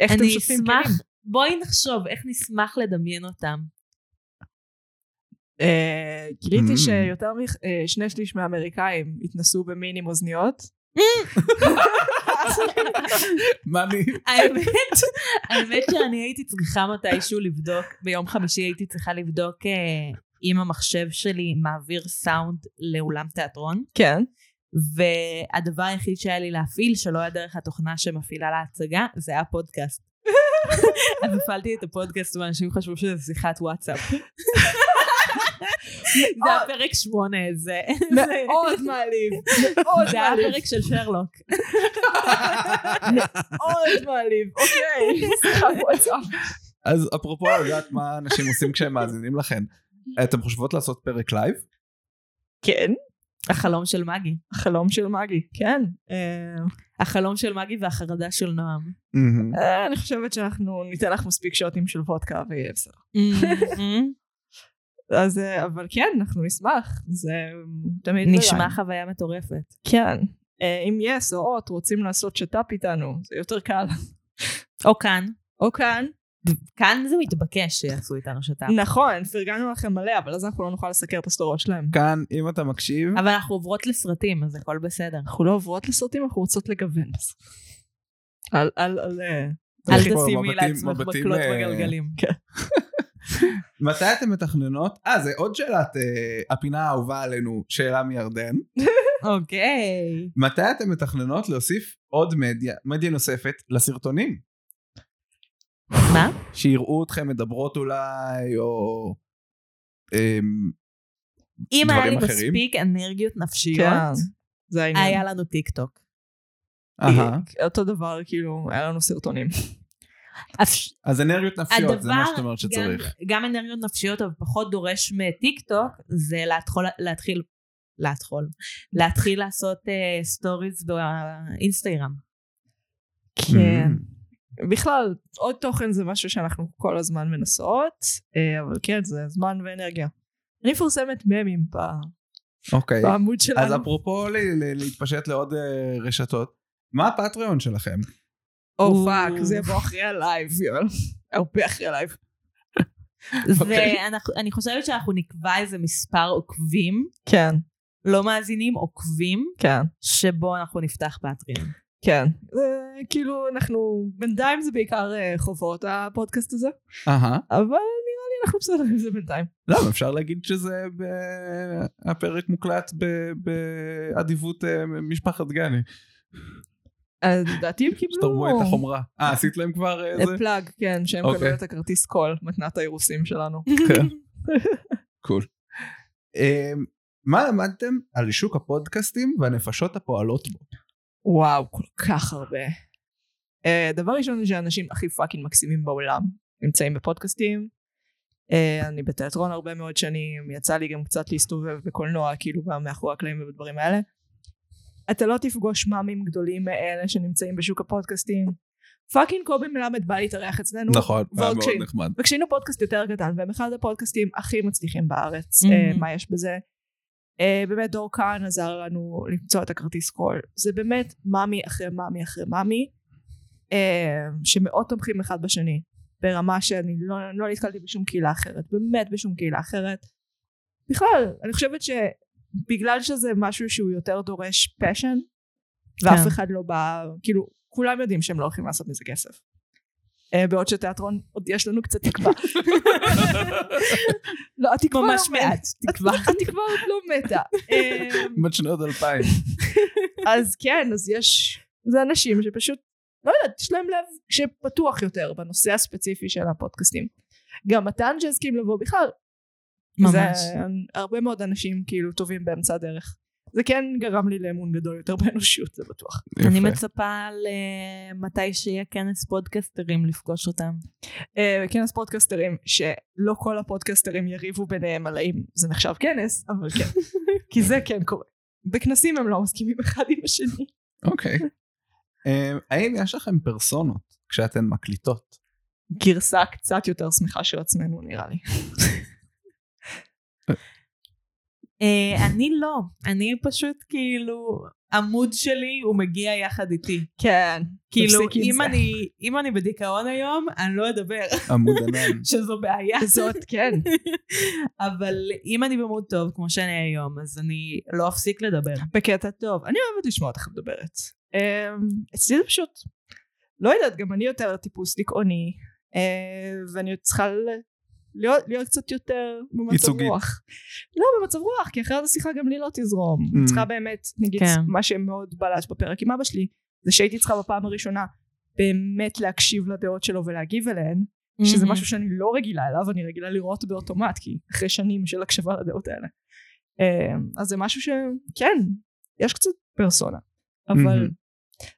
Speaker 3: איך אתם
Speaker 1: אני
Speaker 3: שותפים
Speaker 1: אשמח,
Speaker 3: כלים.
Speaker 1: בואי נחשוב איך נשמח לדמיין אותם.
Speaker 3: אה, גיליתי
Speaker 2: Mm.
Speaker 3: שיותר משני שליש מהאמריקאים התנסו במין עם אוזניות.
Speaker 2: מה אני...
Speaker 1: [LAUGHS]
Speaker 3: [LAUGHS]
Speaker 1: האמת, האמת שאני הייתי צריכה מתישהו לבדוק, ביום חמישי הייתי צריכה לבדוק אה, אם המחשב שלי מעביר סאונד לאולם תיאטרון,
Speaker 3: כן.
Speaker 1: והדבר היחיד שהיה לי להפעיל, שלא היה דרך התוכנה שמפעילה להצגה, זה היה
Speaker 3: [LAUGHS]
Speaker 1: פודקאסט. אז הפעלתי את הפודקאסט ואנשים חשבו שזה שיחת וואטסאפ.
Speaker 3: [LAUGHS]
Speaker 1: זה היה פרק שמונה, זה... זה-
Speaker 3: מאוד מעליב. מאוד
Speaker 1: זה היה
Speaker 3: מעליב.
Speaker 1: פרק של שרלוק.
Speaker 3: מאוד מעליב. אוקיי. סליחה, [LAUGHS] וואטסאפ.
Speaker 2: אז אפרופו לדעת מה אנשים עושים כשהם מאזינים לכם. אתם חושבות לעשות פרק לייב?
Speaker 3: כן.
Speaker 1: [LAUGHS] החלום של מגי.
Speaker 3: החלום של מגי. כן. אה,
Speaker 1: החלום של מגי והחרדה של נועם.
Speaker 3: אה, אני חושבת שאנחנו ניתן לך מספיק שוטים של וודקה ויהיה בסדר.
Speaker 1: Mm-hmm.
Speaker 3: אז אה, אבל כן אנחנו נשמח זה תמיד
Speaker 1: נשמע
Speaker 3: בליין.
Speaker 1: חוויה מטורפת.
Speaker 3: כן אה, אם יס או אות רוצים לעשות שת"פ איתנו זה יותר [LAUGHS] קל
Speaker 1: או כאן. Mm-hmm.
Speaker 3: או כאן
Speaker 1: כאן זה מתבקש שיעשו איתנו שת"פ.
Speaker 3: נכון פרגנו לכם מלא אבל אז אנחנו לא נוכל לסקר את הסדרות שלהם
Speaker 2: כאן, אם אתה מקשיב,
Speaker 1: אבל אנחנו עוברות לסרטים, אז הכל בסדר.
Speaker 3: אנחנו לא עוברות לסרטים אנחנו רוצות לגוון על על על אה,
Speaker 1: אל
Speaker 2: יש פה
Speaker 1: תשימי
Speaker 2: מבטים-
Speaker 1: לעצמך
Speaker 2: מבטים,
Speaker 1: מקלות
Speaker 2: אה,
Speaker 1: בגלגלים.
Speaker 3: כן,
Speaker 2: מתי אתם מתכננות? אה, זה עוד שאלת אה, הפינה האהובה עלינו, שאלה מירדן.
Speaker 1: אוקיי.
Speaker 2: מתי אתם מתכננות להוסיף עוד מדיה, מדיה נוספת לסרטונים?
Speaker 1: מה?
Speaker 2: שיראו אתכם מדברות אולי, או... אמ,
Speaker 1: אם היה לי
Speaker 2: דברים אחרים?
Speaker 1: מספיק אנרגיות נפשיות,
Speaker 3: כן, זה העניין אה,
Speaker 1: היה לנו טיק טוק. אה,
Speaker 2: אהה.
Speaker 3: אותו דבר כאילו היה לנו סרטונים
Speaker 1: אפ-
Speaker 2: אז אנרגיות נפשיות, זה מה שאת אומרת שצריך.
Speaker 1: גם- גם אנרגיות נפשיות, אבל פחות דורש מטיק טוק, זה להתחול- להתחיל, להתחול, להתחיל לעשות אה, סטוריז באינסטגרם.
Speaker 3: כן
Speaker 2: Mm-hmm.
Speaker 3: בכלל עוד תוכן זה משהו שאנחנו כל הזמן מנסות אה, אבל כן זה זמן ואנרגיה. אני מפרסמת ממים ב-
Speaker 2: אוקיי.
Speaker 3: בעמוד
Speaker 2: אז
Speaker 3: שלנו.
Speaker 2: אפרופו ל- ל- להתפשט לעוד אה, רשתות, מה הפטריון שלכם?
Speaker 3: או
Speaker 1: או-
Speaker 3: פאק זה יבוא אחרי הלייב יואל. הרבה אחרי הלייב. [LAUGHS]
Speaker 2: אוקיי.
Speaker 1: ואני חושבת שאנחנו נקבע איזה מספר עוקבים,
Speaker 3: כן
Speaker 1: לא מאזינים, עוקבים,
Speaker 3: כן
Speaker 1: שבו אנחנו נפתח פטריון.
Speaker 3: כן. זה כאילו אנחנו בינתיים זה בעיקר אה, חובות הפודקאסט הזה
Speaker 2: אהה.
Speaker 3: אבל נראה לי אנחנו בסדר עם זה בינתיים.
Speaker 2: למה? אפשר להגיד שזה... ב- הפרק מוקלט ב- באדיבות אה, משפחת גני.
Speaker 3: אז לדעתי הם
Speaker 2: שתרמו
Speaker 1: לא.
Speaker 2: את
Speaker 3: קיבלו
Speaker 2: החומרה. אה, עשית להם כבר אה, זה?
Speaker 3: אה, פלאג כן שהם
Speaker 2: אוקיי.
Speaker 3: קנו את הכרטיס
Speaker 1: [LAUGHS]
Speaker 3: קול מתנת האירוסים שלנו.
Speaker 2: כן. קול. כן. אמ, מה למדתם על שוק הפודקאסטים והנפשות הפועלות בו?
Speaker 3: וואו, כל כך הרבה. Uh, דבר ראשון זה שהאנשים הכי פאקינג מקסימים בעולם נמצאים בפודקאסטים. Uh, אני בתיאטרון הרבה מאוד שנים, יצא לי גם קצת להסתובב בקולנוע, כאילו גם מאחורי הקלעים ובדברים האלה. אתה לא תפגוש מאמים גדולים מאלה שנמצאים בשוק הפודקאסטים. פאקינג קובי מלמד בא להתארח אצלנו.
Speaker 2: נכון, היה
Speaker 3: ועוד
Speaker 2: מאוד
Speaker 3: כשהיא-
Speaker 2: נחמד.
Speaker 3: וכשהיינו פודקאסט יותר קטן והם אחד הפודקאסטים הכי מצליחים בארץ
Speaker 1: Mhm.
Speaker 3: אה, מה יש בזה. אה, באמת דור כהן עזר לנו למצוא את הכרטיס קול זה באמת מאמי אחרי מאמי אחרי מאמי אה, שמאוד תומכים אחד בשני ברמה שאני לא, לא נתקלתי בשום קהילה אחרת באמת בשום קהילה אחרת בכלל אני חושבת שבגלל שזה משהו שהוא יותר דורש פשן ואף
Speaker 1: כן.
Speaker 3: אחד לא בא כאילו כולם יודעים שהם לא הולכים לעשות מזה כסף אה, בעוד שתיאטרון עוד יש לנו קצת תקווה. לא, התקווה לא
Speaker 1: ממש
Speaker 3: מתה. [LAUGHS]
Speaker 1: מעט, תקווה.
Speaker 3: הת- התקווה עוד לא מתה. אמ,
Speaker 2: בת שנות אלפיים.
Speaker 3: אז כן, אז יש, זה אנשים שפשוט, לא יודעת, יש להם לב שפתוח יותר בנושא הספציפי של הפודקאסטים. גם מתן שהסכים לבוא בכלל,
Speaker 1: ממש.
Speaker 3: זה הרבה מאוד אנשים כאילו טובים באמצע הדרך. זה כן גרם לי לאמון גדול יותר באנושות, זה בטוח.
Speaker 1: אני
Speaker 2: יפה.
Speaker 1: מצפה למתי שיהיה כנס פודקסטרים לפגוש אותם.
Speaker 3: אה, כנס פודקסטרים, שלא כל הפודקסטרים יריבו ביניהם על האם זה נחשב כנס, אבל כן. כי זה כן קורה. בכנסים הם לא מסכימים אחד עם השני.
Speaker 2: אוקיי. אמ, האם יש לכם פרסונות כשאתן מקליטות?
Speaker 3: גרסה קצת יותר שמחה של עצמנו נראה לי.
Speaker 1: אה, אני לא, אני פשוט כאילו, עמוד שלי הוא מגיע יחד איתי.
Speaker 3: כן.
Speaker 1: כאילו,
Speaker 3: תפסיקי עם
Speaker 1: אם
Speaker 3: זה.
Speaker 1: אני, אם אני בדיכאון היום, אני לא אדבר, [LAUGHS]
Speaker 2: עמוד ענן.
Speaker 1: שזו בעיה.
Speaker 3: זאת כן.
Speaker 1: אבל אם אני במוד טוב, כמו שאני היום, אז אני לא אפסיק לדבר.
Speaker 3: בקטע טוב. אני אוהבת לשמוע אותך מדברת. אמ, אצלי זה פשוט, לא יודעת, גם אני יותר טיפוס דיכאוני, אה, ואני צריכה ל- להיות, להיות קצת יותר במצב
Speaker 2: ייצוגית.
Speaker 3: רוח. לא, במצב רוח, כי אחרת השיחה גם לי לא תזרום.
Speaker 2: Mm.
Speaker 3: Mm. צריכה באמת, נגיד,
Speaker 1: כן.
Speaker 3: מה שמאוד בלט בפרק עם אבא שלי, זה שהייתי צריכה בפעם הראשונה באמת להקשיב לדעות שלו ולהגיב אליהן, שזה משהו שאני לא רגילה אליו, אני רגילה לראות באוטומט, כי אחרי שנים של הקשבה לדעות האלה. אמ, אז זה משהו שכן, יש קצת פרסונה, אבל
Speaker 2: מהמם.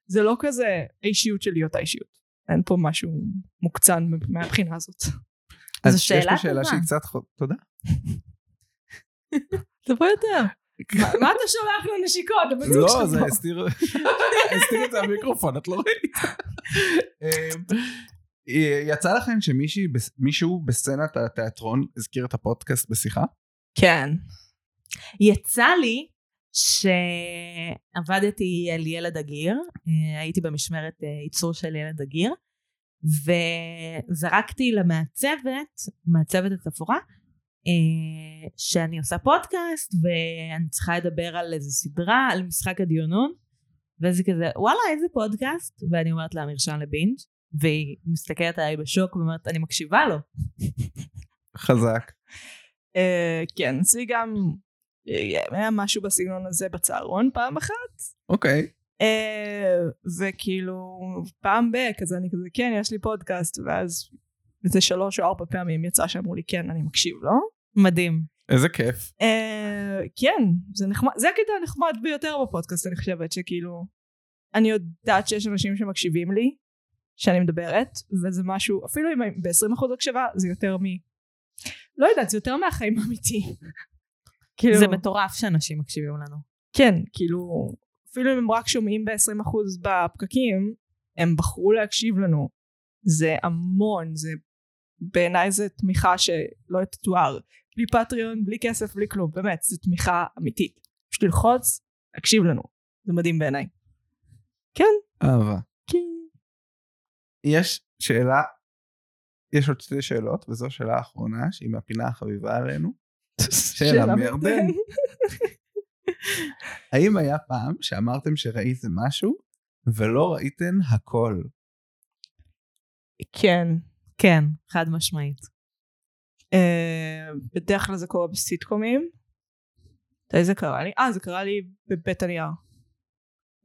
Speaker 3: זה לא כזה האישיות שלי אותה אישיות. אין פה משהו מוקצן מהבחינה הזאת.
Speaker 1: זו
Speaker 2: אז יש
Speaker 1: שאלה
Speaker 2: לי שאלה
Speaker 1: טובה.
Speaker 2: שהיא קצת... חו- תודה.
Speaker 3: תבוא יותר. [LAUGHS] מה אתה שולח לו נשיקות? הבן זוג
Speaker 2: לא,
Speaker 3: שלך
Speaker 2: זה
Speaker 3: פה.
Speaker 2: הסתיר [LAUGHS] הסתיר את זה המיקרופון, את לא ראית. אמ, יצא לכם שמישהו בסצנת התיאטרון הזכיר את הפודקאסט בשיחה?
Speaker 3: כן.
Speaker 1: יצא לי שעבדתי על ילד אגיר, אה, הייתי במשמרת אה, ייצור של ילד אגיר, וזרקתי למעצבת, מעצבת התפאורה, אה, שאני עושה פודקאסט ואני צריכה לדבר על איזה סדרה, על משחק הדיונון, ואז היא כזה, וואלה, איזה פודקאסט? ואני אומרת לה, מרשם לבינג', והיא מסתכלת עליי בשוק ואומרת, אני מקשיבה לו.
Speaker 2: חזק.
Speaker 3: אה, כן, אצלי גם אה, היה משהו בסגנון הזה בצהרון פעם אחת.
Speaker 2: אוקיי.
Speaker 3: אה, וכאילו פעם ב... כזה אני כזה כן יש לי פודקאסט ואז איזה שלוש או ארבע פעמים יצא שאמרו לי כן אני מקשיב לא?
Speaker 1: מדהים.
Speaker 2: איזה כיף.
Speaker 3: אה, כן זה נחמד זה הקטע הנחמד ביותר בפודקאסט אני חושבת שכאילו אני יודעת שיש אנשים שמקשיבים לי שאני מדברת וזה משהו אפילו אם ב-20% הקשבה זה יותר מ... לא יודעת זה יותר מהחיים האמיתיים. כאילו-
Speaker 1: זה מטורף שאנשים מקשיבים לנו.
Speaker 3: כן, כאילו, אפילו אם הם רק שומעים ב-20% בפקקים, הם בחרו להקשיב לנו. זה המון, זה בעיניי זה תמיכה שלא תתואר. בלי פטריון, בלי כסף, בלי כלום, באמת, זו תמיכה אמיתית. פשוט ללחוץ, להקשיב לנו. זה מדהים בעיניי.
Speaker 2: אהבה.
Speaker 3: כן.
Speaker 2: יש שאלה, יש עוד שתי שאלות, וזו שאלה האחרונה, שהיא מהפינה החביבה עלינו. שאלה מירדן. האם היה פעם שאמרתם שראיתם משהו ולא ראיתם הכל?
Speaker 3: [LAUGHS] כן.
Speaker 1: כן, חד משמעית.
Speaker 3: אה, בדרך כלל זה קורה בסיטקומים. מתי זה קרה לי? אה, זה קרה לי בבית הנייר.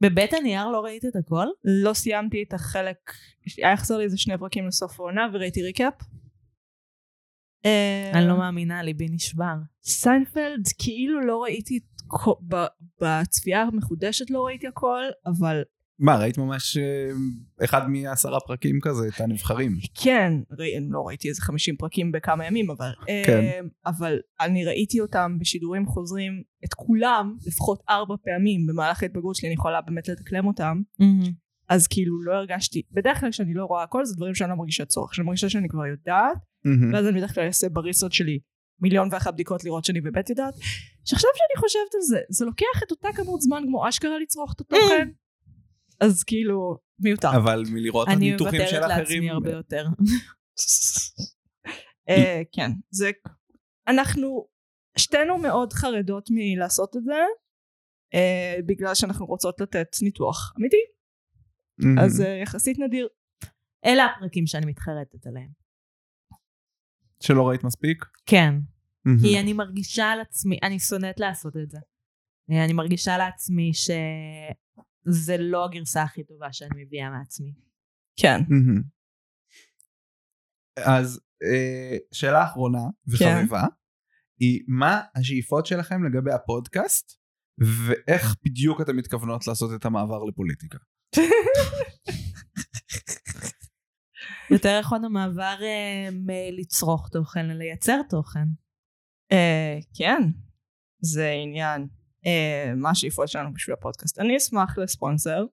Speaker 1: בבית הנייר לא ראית את הכל?
Speaker 3: לא סיימתי את החלק, היה חסר לי איזה שני פרקים לסוף העונה וראיתי ריקאפ. אה,
Speaker 1: אני לא מאמינה, ליבי נשבר.
Speaker 3: סיינפלד, כאילו לא ראיתי את כל- ב- בצפייה המחודשת לא ראיתי הכל, אבל
Speaker 2: מה, ראית ממש אה, אחד מעשרה פרקים כזה, את הנבחרים.
Speaker 3: כן, ראי, אני לא ראיתי איזה 50 פרקים בכמה ימים, אבל...
Speaker 2: כן.
Speaker 3: כן. אבל אני ראיתי אותם בשידורים חוזרים, את כולם, לפחות ארבע פעמים במהלך ההתבגרות שלי, אני יכולה באמת לדקלם אותם, אז כאילו לא הרגשתי, בדרך כלל כשאני לא רואה הכל זה דברים שאני לא מרגישה צורך, שאני מרגישה שאני כבר יודעת,
Speaker 2: מהמם.
Speaker 3: ואז אני בדרך כלל אעשה בריסות שלי מיליון ואחת בדיקות לראות שאני באמת יודעת, שעכשיו שאני חושבת על זה, זה לוקח את אותה כמות זמן כמו אשכרה לצרוך את התוכן, אז כאילו, מיותר.
Speaker 2: אבל מלראות
Speaker 1: אני
Speaker 2: הניתוחים של
Speaker 1: מוותרת
Speaker 2: אחרים,
Speaker 1: לעצמי הרבה יותר.
Speaker 3: אה, כן, זה... אנחנו שתינו מאוד חרדות מלעשות את זה, אה, בגלל שאנחנו רוצות לתת ניתוח אמיתי,
Speaker 2: מהמם.
Speaker 3: אז אה, יחסית נדיר.
Speaker 1: [LAUGHS] אלה הפרקים שאני מתחרטת עליהם.
Speaker 2: שלא ראית מספיק?
Speaker 1: כן.
Speaker 2: מהמם.
Speaker 1: כי אני מרגישה על עצמי, אני שונאת לעשות את זה. אה, אני מרגישה לעצמי שזה לא הגרסה הכי טובה שאני מביאה מעצמי.
Speaker 3: כן.
Speaker 2: מהמם. אז אה, שאלה אחרונה וחביבה, היא מה השאיפות שלכם לגבי הפודקאסט, ואיך בדיוק אתן מתכוונות לעשות את המעבר לפוליטיקה?
Speaker 1: יותר נכון המעבר אה, מלצרוך תוכן ללייצר תוכן.
Speaker 3: אה, כן, זה עניין. אה, מה השאיפות שלנו בשביל הפודקאסט? אני אשמח לספונסר.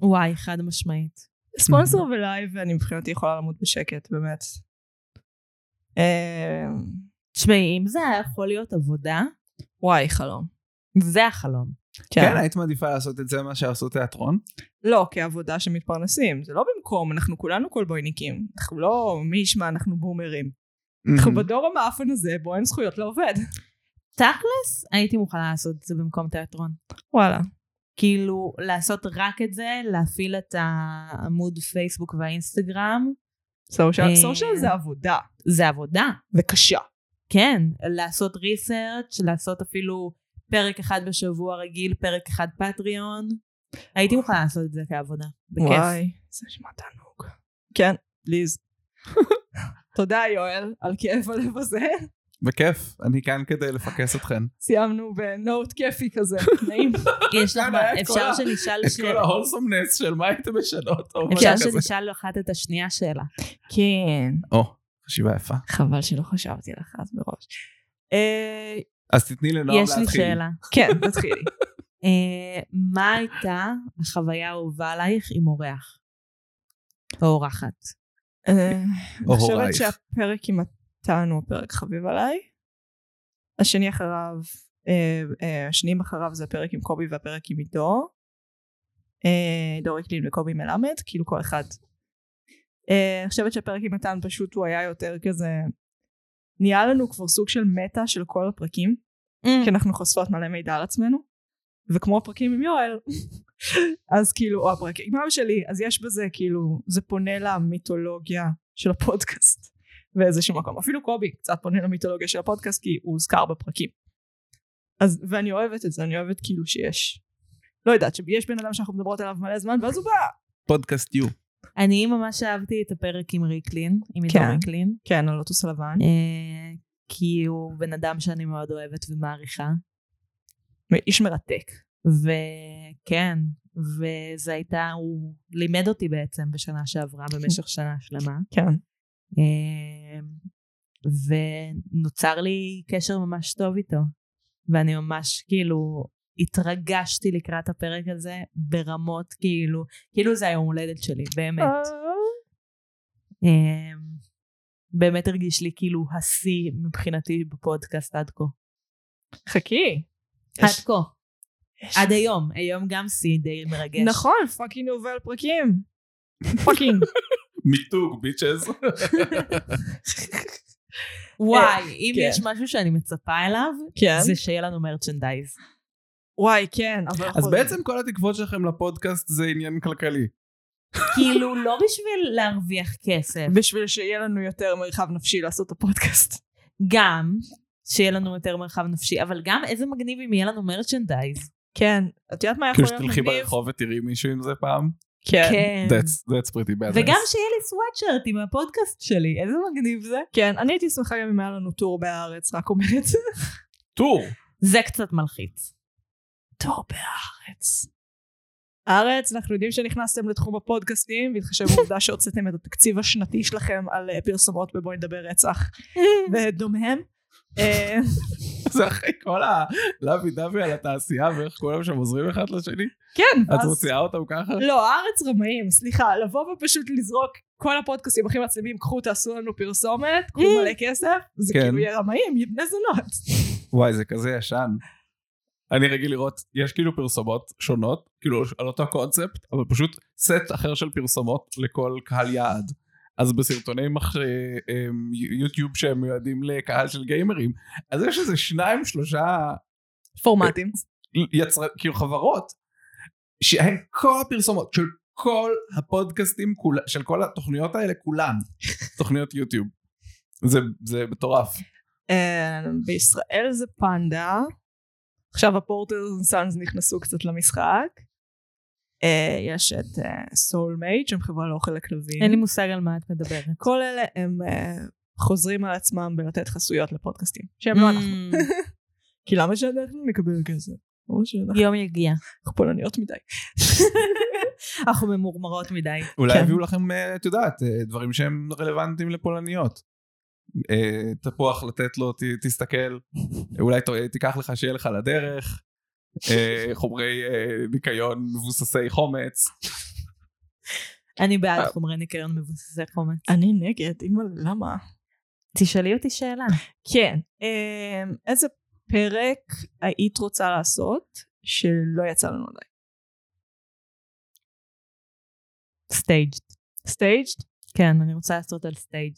Speaker 1: וואי, חד משמעית.
Speaker 3: ספונסר ולייב, ואני מבחינתי יכולה למות בשקט, באמת. אה,
Speaker 1: תשמעי, אם זה היה יכול להיות עבודה,
Speaker 3: וואי, חלום.
Speaker 1: זה החלום.
Speaker 2: כן, היית מעדיפה לעשות את זה מה שעשו תיאטרון?
Speaker 3: לא, כעבודה שמתפרנסים. זה לא במקום, אנחנו כולנו כולבויניקים. אנחנו לא, מי ישמע, אנחנו בומרים. אנחנו
Speaker 2: מהמם.
Speaker 3: בדור המאפן הזה, בו אין זכויות לעובד.
Speaker 1: תכלס, הייתי מוכנה לעשות את זה במקום תיאטרון.
Speaker 3: וואלה.
Speaker 1: כאילו, לעשות רק את זה, להפעיל את העמוד פייסבוק והאינסטגרם,
Speaker 3: סושיאל
Speaker 1: אה.
Speaker 3: סושיאל זה עבודה.
Speaker 1: זה עבודה.
Speaker 3: וקשה.
Speaker 1: כן, לעשות ריסרצ', לעשות אפילו פרק אחד בשבוע רגיל, פרק אחד פטריון. הייתי מוכנה לעשות את זה כעבודה, בכיף.
Speaker 3: וואי, זה נשמע תענוג. כן, ליז. [LAUGHS] תודה יואל על כאב הלב הזה.
Speaker 2: בכיף, אני כאן כדי לפקס אתכן.
Speaker 3: סיימנו בנוט כיפי כזה. נעים.
Speaker 2: [LAUGHS]
Speaker 1: יש לך,
Speaker 2: כאן היה את כל
Speaker 1: אפשר
Speaker 2: ה-
Speaker 1: שנשאל
Speaker 2: את כל
Speaker 1: שאלה.
Speaker 2: ההולסומנס של מה הייתם משנות או
Speaker 1: אפשר
Speaker 2: משהו כזה.
Speaker 1: שנשאל אחת את השנייה שאלה.
Speaker 3: כן,
Speaker 2: או, חשיבה יפה.
Speaker 3: חבל שלא חשבתי לך אז מראש. אה,
Speaker 2: אז תתני לנועם
Speaker 1: יש
Speaker 2: לא, להתחיל.
Speaker 1: לי שאלה.
Speaker 3: כן, תתחילי.
Speaker 1: אה, מה הייתה החוויה האהובה עלייך עם אורח? או אורחת.
Speaker 3: אה, אני
Speaker 2: הורייך.
Speaker 3: חושבת שהפרק עם מתן הוא הפרק חביב עליי. השני אחריו, אה, אה, השניים אחריו זה הפרק עם קובי והפרק עם עידו. אה, עידו ריקלין וקובי מלמד, כאילו כל אחד. אה, אני חושבת שהפרק עם מתן פשוט הוא היה יותר כזה, נהיה לנו כבר סוג של מטה של כל הפרקים, כי אנחנו חושפות מלא מידע על עצמנו. וכמו הפרקים עם יואל, אז כאילו, או הפרק עם אבא שלי, אז יש בזה כאילו, זה פונה למיתולוגיה של הפודקאסט [LAUGHS] באיזשהו מקום. אפילו קובי קצת פונה למיתולוגיה של הפודקאסט כי הוא הוזכר בפרקים. אז, ואני אוהבת את זה, אני אוהבת כאילו שיש. לא יודעת, שיש בן אדם שאנחנו מדברות עליו מלא זמן, ואז הוא בא.
Speaker 2: פודקאסט יו.
Speaker 1: אני ממש אהבתי את הפרק עם ריקלין, עם עידו
Speaker 3: כן.
Speaker 1: ריקלין,
Speaker 3: כן, על הלוטוס הלבן.
Speaker 1: אה, כי הוא בן אדם שאני מאוד אוהבת ומעריכה,
Speaker 3: איש מרתק.
Speaker 1: וכן, וזה הייתה, הוא לימד אותי בעצם בשנה שעברה, במשך שנה שלמה,
Speaker 3: כן.
Speaker 1: אה, ונוצר לי קשר ממש טוב איתו, ואני ממש כאילו התרגשתי לקראת הפרק הזה ברמות כאילו, כאילו זה היום הולדת שלי,
Speaker 3: אה.
Speaker 1: באמת. אמ, באמת הרגיש לי כאילו השיא מבחינתי בפודקאסט עד כה.
Speaker 3: חכי.
Speaker 1: עד כה, עד היום, היום גם שיא די מרגש.
Speaker 3: נכון, פאקינג יובל פרקים. [LAUGHS] פאקינג.
Speaker 2: מיתוג ביצ'ז.
Speaker 1: וואי, אם
Speaker 3: כן.
Speaker 1: יש משהו שאני מצפה אליו,
Speaker 3: כן.
Speaker 1: זה שיהיה לנו מרצ'נדייז.
Speaker 3: וואי, כן. אבל
Speaker 2: אז
Speaker 3: אנחנו-
Speaker 2: בעצם כל התקוות שלכם לפודקאסט זה עניין כלכלי.
Speaker 1: כאילו, לא בשביל להרוויח כסף,
Speaker 3: בשביל שיהיה לנו יותר מרחב נפשי לעשות את הפודקאסט.
Speaker 1: גם שיהיה לנו יותר מרחב נפשי, אבל גם איזה מגניב אם יהיה לנו מרצ'נדייז.
Speaker 3: כן. את יודעת מה יכול
Speaker 2: כאילו
Speaker 3: להיות
Speaker 2: שתלכי
Speaker 3: מגניב?
Speaker 2: ברחוב ותראי מישהו עם זה פעם.
Speaker 1: כן.
Speaker 2: That's, that's pretty bad.
Speaker 1: וגם שיהיה לי סוואטשרט עם הפודקאסט שלי, איזה מגניב זה.
Speaker 3: כן, אני הייתי שמחה גם אם היה לנו טור בהארץ, רק אומרת.
Speaker 2: טור.
Speaker 1: זה קצת מלחיץ.
Speaker 3: [LAUGHS] טור בהארץ. הארץ, אנחנו יודעים שנכנסתם לתחום הפודקאסטים, [LAUGHS] בהתחשב בעובדה שהוצאתם את התקציב השנתי שלכם על אה, פרסומות בבואי נדבר [LAUGHS] רצח ודומיהם. [LAUGHS] אה,
Speaker 2: זה אחרי כל הלאבי דאבי על התעשייה ואיך כולם שם עוזרים אחד לשני?
Speaker 3: כן,
Speaker 2: את
Speaker 3: אז...
Speaker 2: מוציאה אותם ככה?
Speaker 3: לא, הארץ רמאים, סליחה, לבוא ופשוט לזרוק כל הפודקאסטים הכי מצליבים, קחו תעשו לנו פרסומת, [LAUGHS] קחו מלא כסף, זה
Speaker 2: כן.
Speaker 3: כאילו יהיה רמאים, יהיה בני זונות.
Speaker 2: וואי, זה כזה ישן. אני רגיל לראות, יש כאילו פרסומות שונות, כאילו על אותו קונספט, אבל פשוט סט אחר של פרסומות לכל קהל יעד. אז בסרטוני מח... אה, אה, יוטיוב שהם מיועדים לקהל של גיימרים, אז יש איזה שניים שלושה
Speaker 3: פורמטים.
Speaker 2: יצר... כאילו חברות, שהן כל הפרסומות של כל הפודקאסטים, כול... של כל התוכניות האלה,
Speaker 1: [LAUGHS]
Speaker 2: כולן, תוכניות יוטיוב. זה, זה מטורף.
Speaker 3: אה, בישראל זה פנדה. עכשיו הפורטרס סאנס נכנסו קצת למשחק. אה, יש את סול מייד שהם חברה לאוכל לכלבים.
Speaker 1: אין לי מושג על מה את מדברת.
Speaker 3: כל אלה הם אה, חוזרים על עצמם בלתת חסויות לפודקאסטים. שהם לא אנחנו.
Speaker 1: Mm,
Speaker 3: כי למה שאנחנו נקבל כסף? למה שאנחנו
Speaker 1: יום יגיע.
Speaker 3: פולניות
Speaker 1: [LAUGHS]
Speaker 3: מדי?
Speaker 1: אנחנו ממורמרות מדי.
Speaker 2: אולי
Speaker 3: כן.
Speaker 2: יביאו לכם, אה, את יודעת, אה, דברים שהם רלוונטיים לפולניות. אה, תפוח לתת לו, ת, תסתכל, אולי ת, תיקח לך שיהיה לך לדרך, אה, חומרי אה, ניקיון מבוססי חומץ.
Speaker 1: אני בעד חומרי ניקיון מבוססי חומץ.
Speaker 3: אני נגד, אימא, למה?
Speaker 1: תשאלי אותי שאלה.
Speaker 3: כן. אמ, איזה פרק היית רוצה לעשות שלא יצא לנו עדיין?
Speaker 1: סטייג'ד.
Speaker 3: סטייג'ד?
Speaker 1: כן, אני רוצה לעשות על סטייג'ד.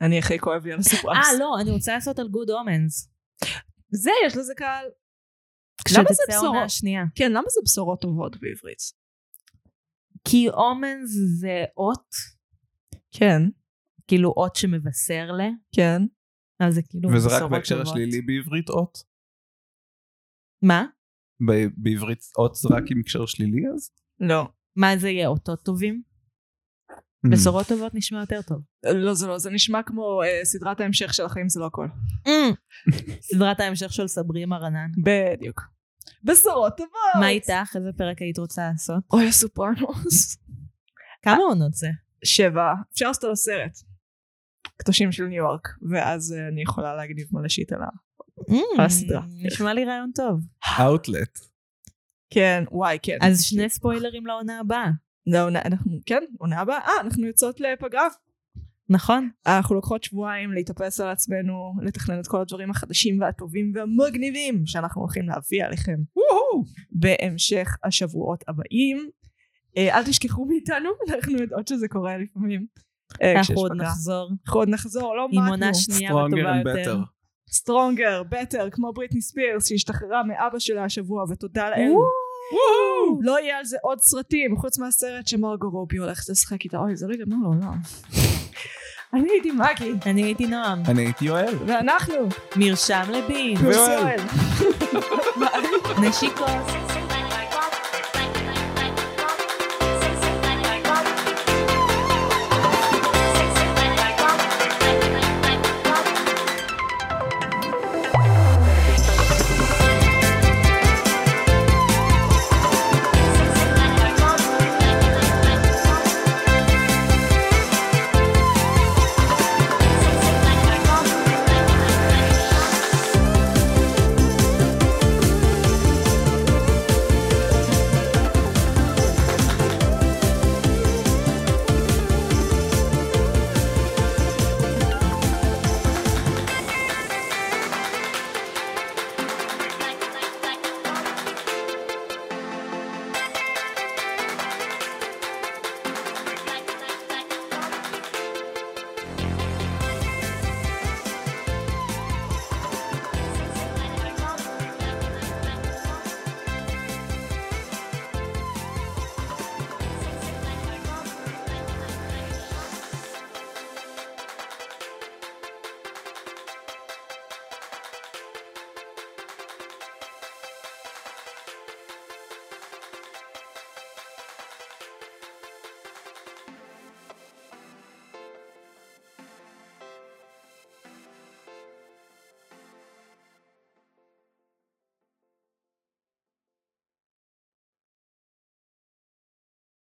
Speaker 3: אני הכי כואב לי על הסיפור.
Speaker 1: אה, לא, אני רוצה לעשות על גוד אומנס.
Speaker 3: זה, יש לזה קהל.
Speaker 1: כשתצא
Speaker 3: זה בשורות?
Speaker 1: העונה השנייה.
Speaker 3: כן, למה זה בשורות טובות בעברית?
Speaker 1: כי אומנס זה אות,
Speaker 3: כן,
Speaker 1: כאילו אות שמבשר ל,
Speaker 3: כן.
Speaker 1: אז זה כאילו
Speaker 2: וזה רק
Speaker 1: בשורות
Speaker 2: בהקשר
Speaker 1: טובות.
Speaker 2: השלילי בעברית אות?
Speaker 1: מה?
Speaker 2: ב- בעברית אות זה רק עם הקשר שלילי אז?
Speaker 3: לא.
Speaker 1: מה זה יהיה אותות טובים?
Speaker 2: Mm.
Speaker 1: בשורות טובות נשמע יותר טוב.
Speaker 3: לא, זה לא, זה נשמע כמו אה, סדרת ההמשך של החיים זה לא הכל.
Speaker 1: [LAUGHS] סדרת ההמשך של סברימה רנן.
Speaker 3: בדיוק. בשורות טובות.
Speaker 1: מה איתך? איזה פרק היית רוצה לעשות?
Speaker 3: אוי, הסופרנוס.
Speaker 1: כמה
Speaker 3: אה,
Speaker 1: עונות זה?
Speaker 3: שבע. אפשר לעשות לו סרט. קדושים של ניו יורק. ואז אה, אני יכולה להגניב מלא שיט עליו.
Speaker 1: Mm,
Speaker 3: הסדרה.
Speaker 1: נשמע לי רעיון טוב.
Speaker 2: אאוטלט.
Speaker 3: כן, וואי, כן.
Speaker 1: אז שני ספוילרים לעונה הבאה.
Speaker 3: לא, עונה- אנחנו, כן, עונה הבאה. אה, אנחנו יוצאות לפגרה.
Speaker 1: נכון?
Speaker 3: אנחנו לוקחות שבועיים להתאפס על עצמנו, לתכנן את כל הדברים החדשים והטובים והמגניבים שאנחנו הולכים להביא עליכם בהמשך השבועות הבאים. אה, אל תשכחו מאיתנו, [LAUGHS] אנחנו יודעות שזה קורה לפעמים. אה,
Speaker 1: אנחנו
Speaker 3: כשיש
Speaker 1: עוד
Speaker 3: פגרה.
Speaker 1: נחזור
Speaker 3: אנחנו עוד נחזור, לא
Speaker 1: עם
Speaker 3: מעטנו.
Speaker 1: עונה שנייה
Speaker 2: Stronger
Speaker 1: וטובה
Speaker 2: and better.
Speaker 1: יותר.
Speaker 3: סטרונגר, בטר, כמו בריטני ספירס שהשתחררה מאבא שלה השבוע, ותודה לאל.
Speaker 1: וואו.
Speaker 3: לא יהיה על זה עוד סרטים, חוץ מהסרט שמרגו רובי הולכת לשחק איתה. אוי, זה לא ייגמר לעולם. [LAUGHS] אני הייתי מגי,
Speaker 1: אני הייתי נועם.
Speaker 2: אני הייתי יואל.
Speaker 3: ואנחנו,
Speaker 2: [LAUGHS]
Speaker 1: מרשם לבין.
Speaker 3: פרסואל.
Speaker 1: נשיקות.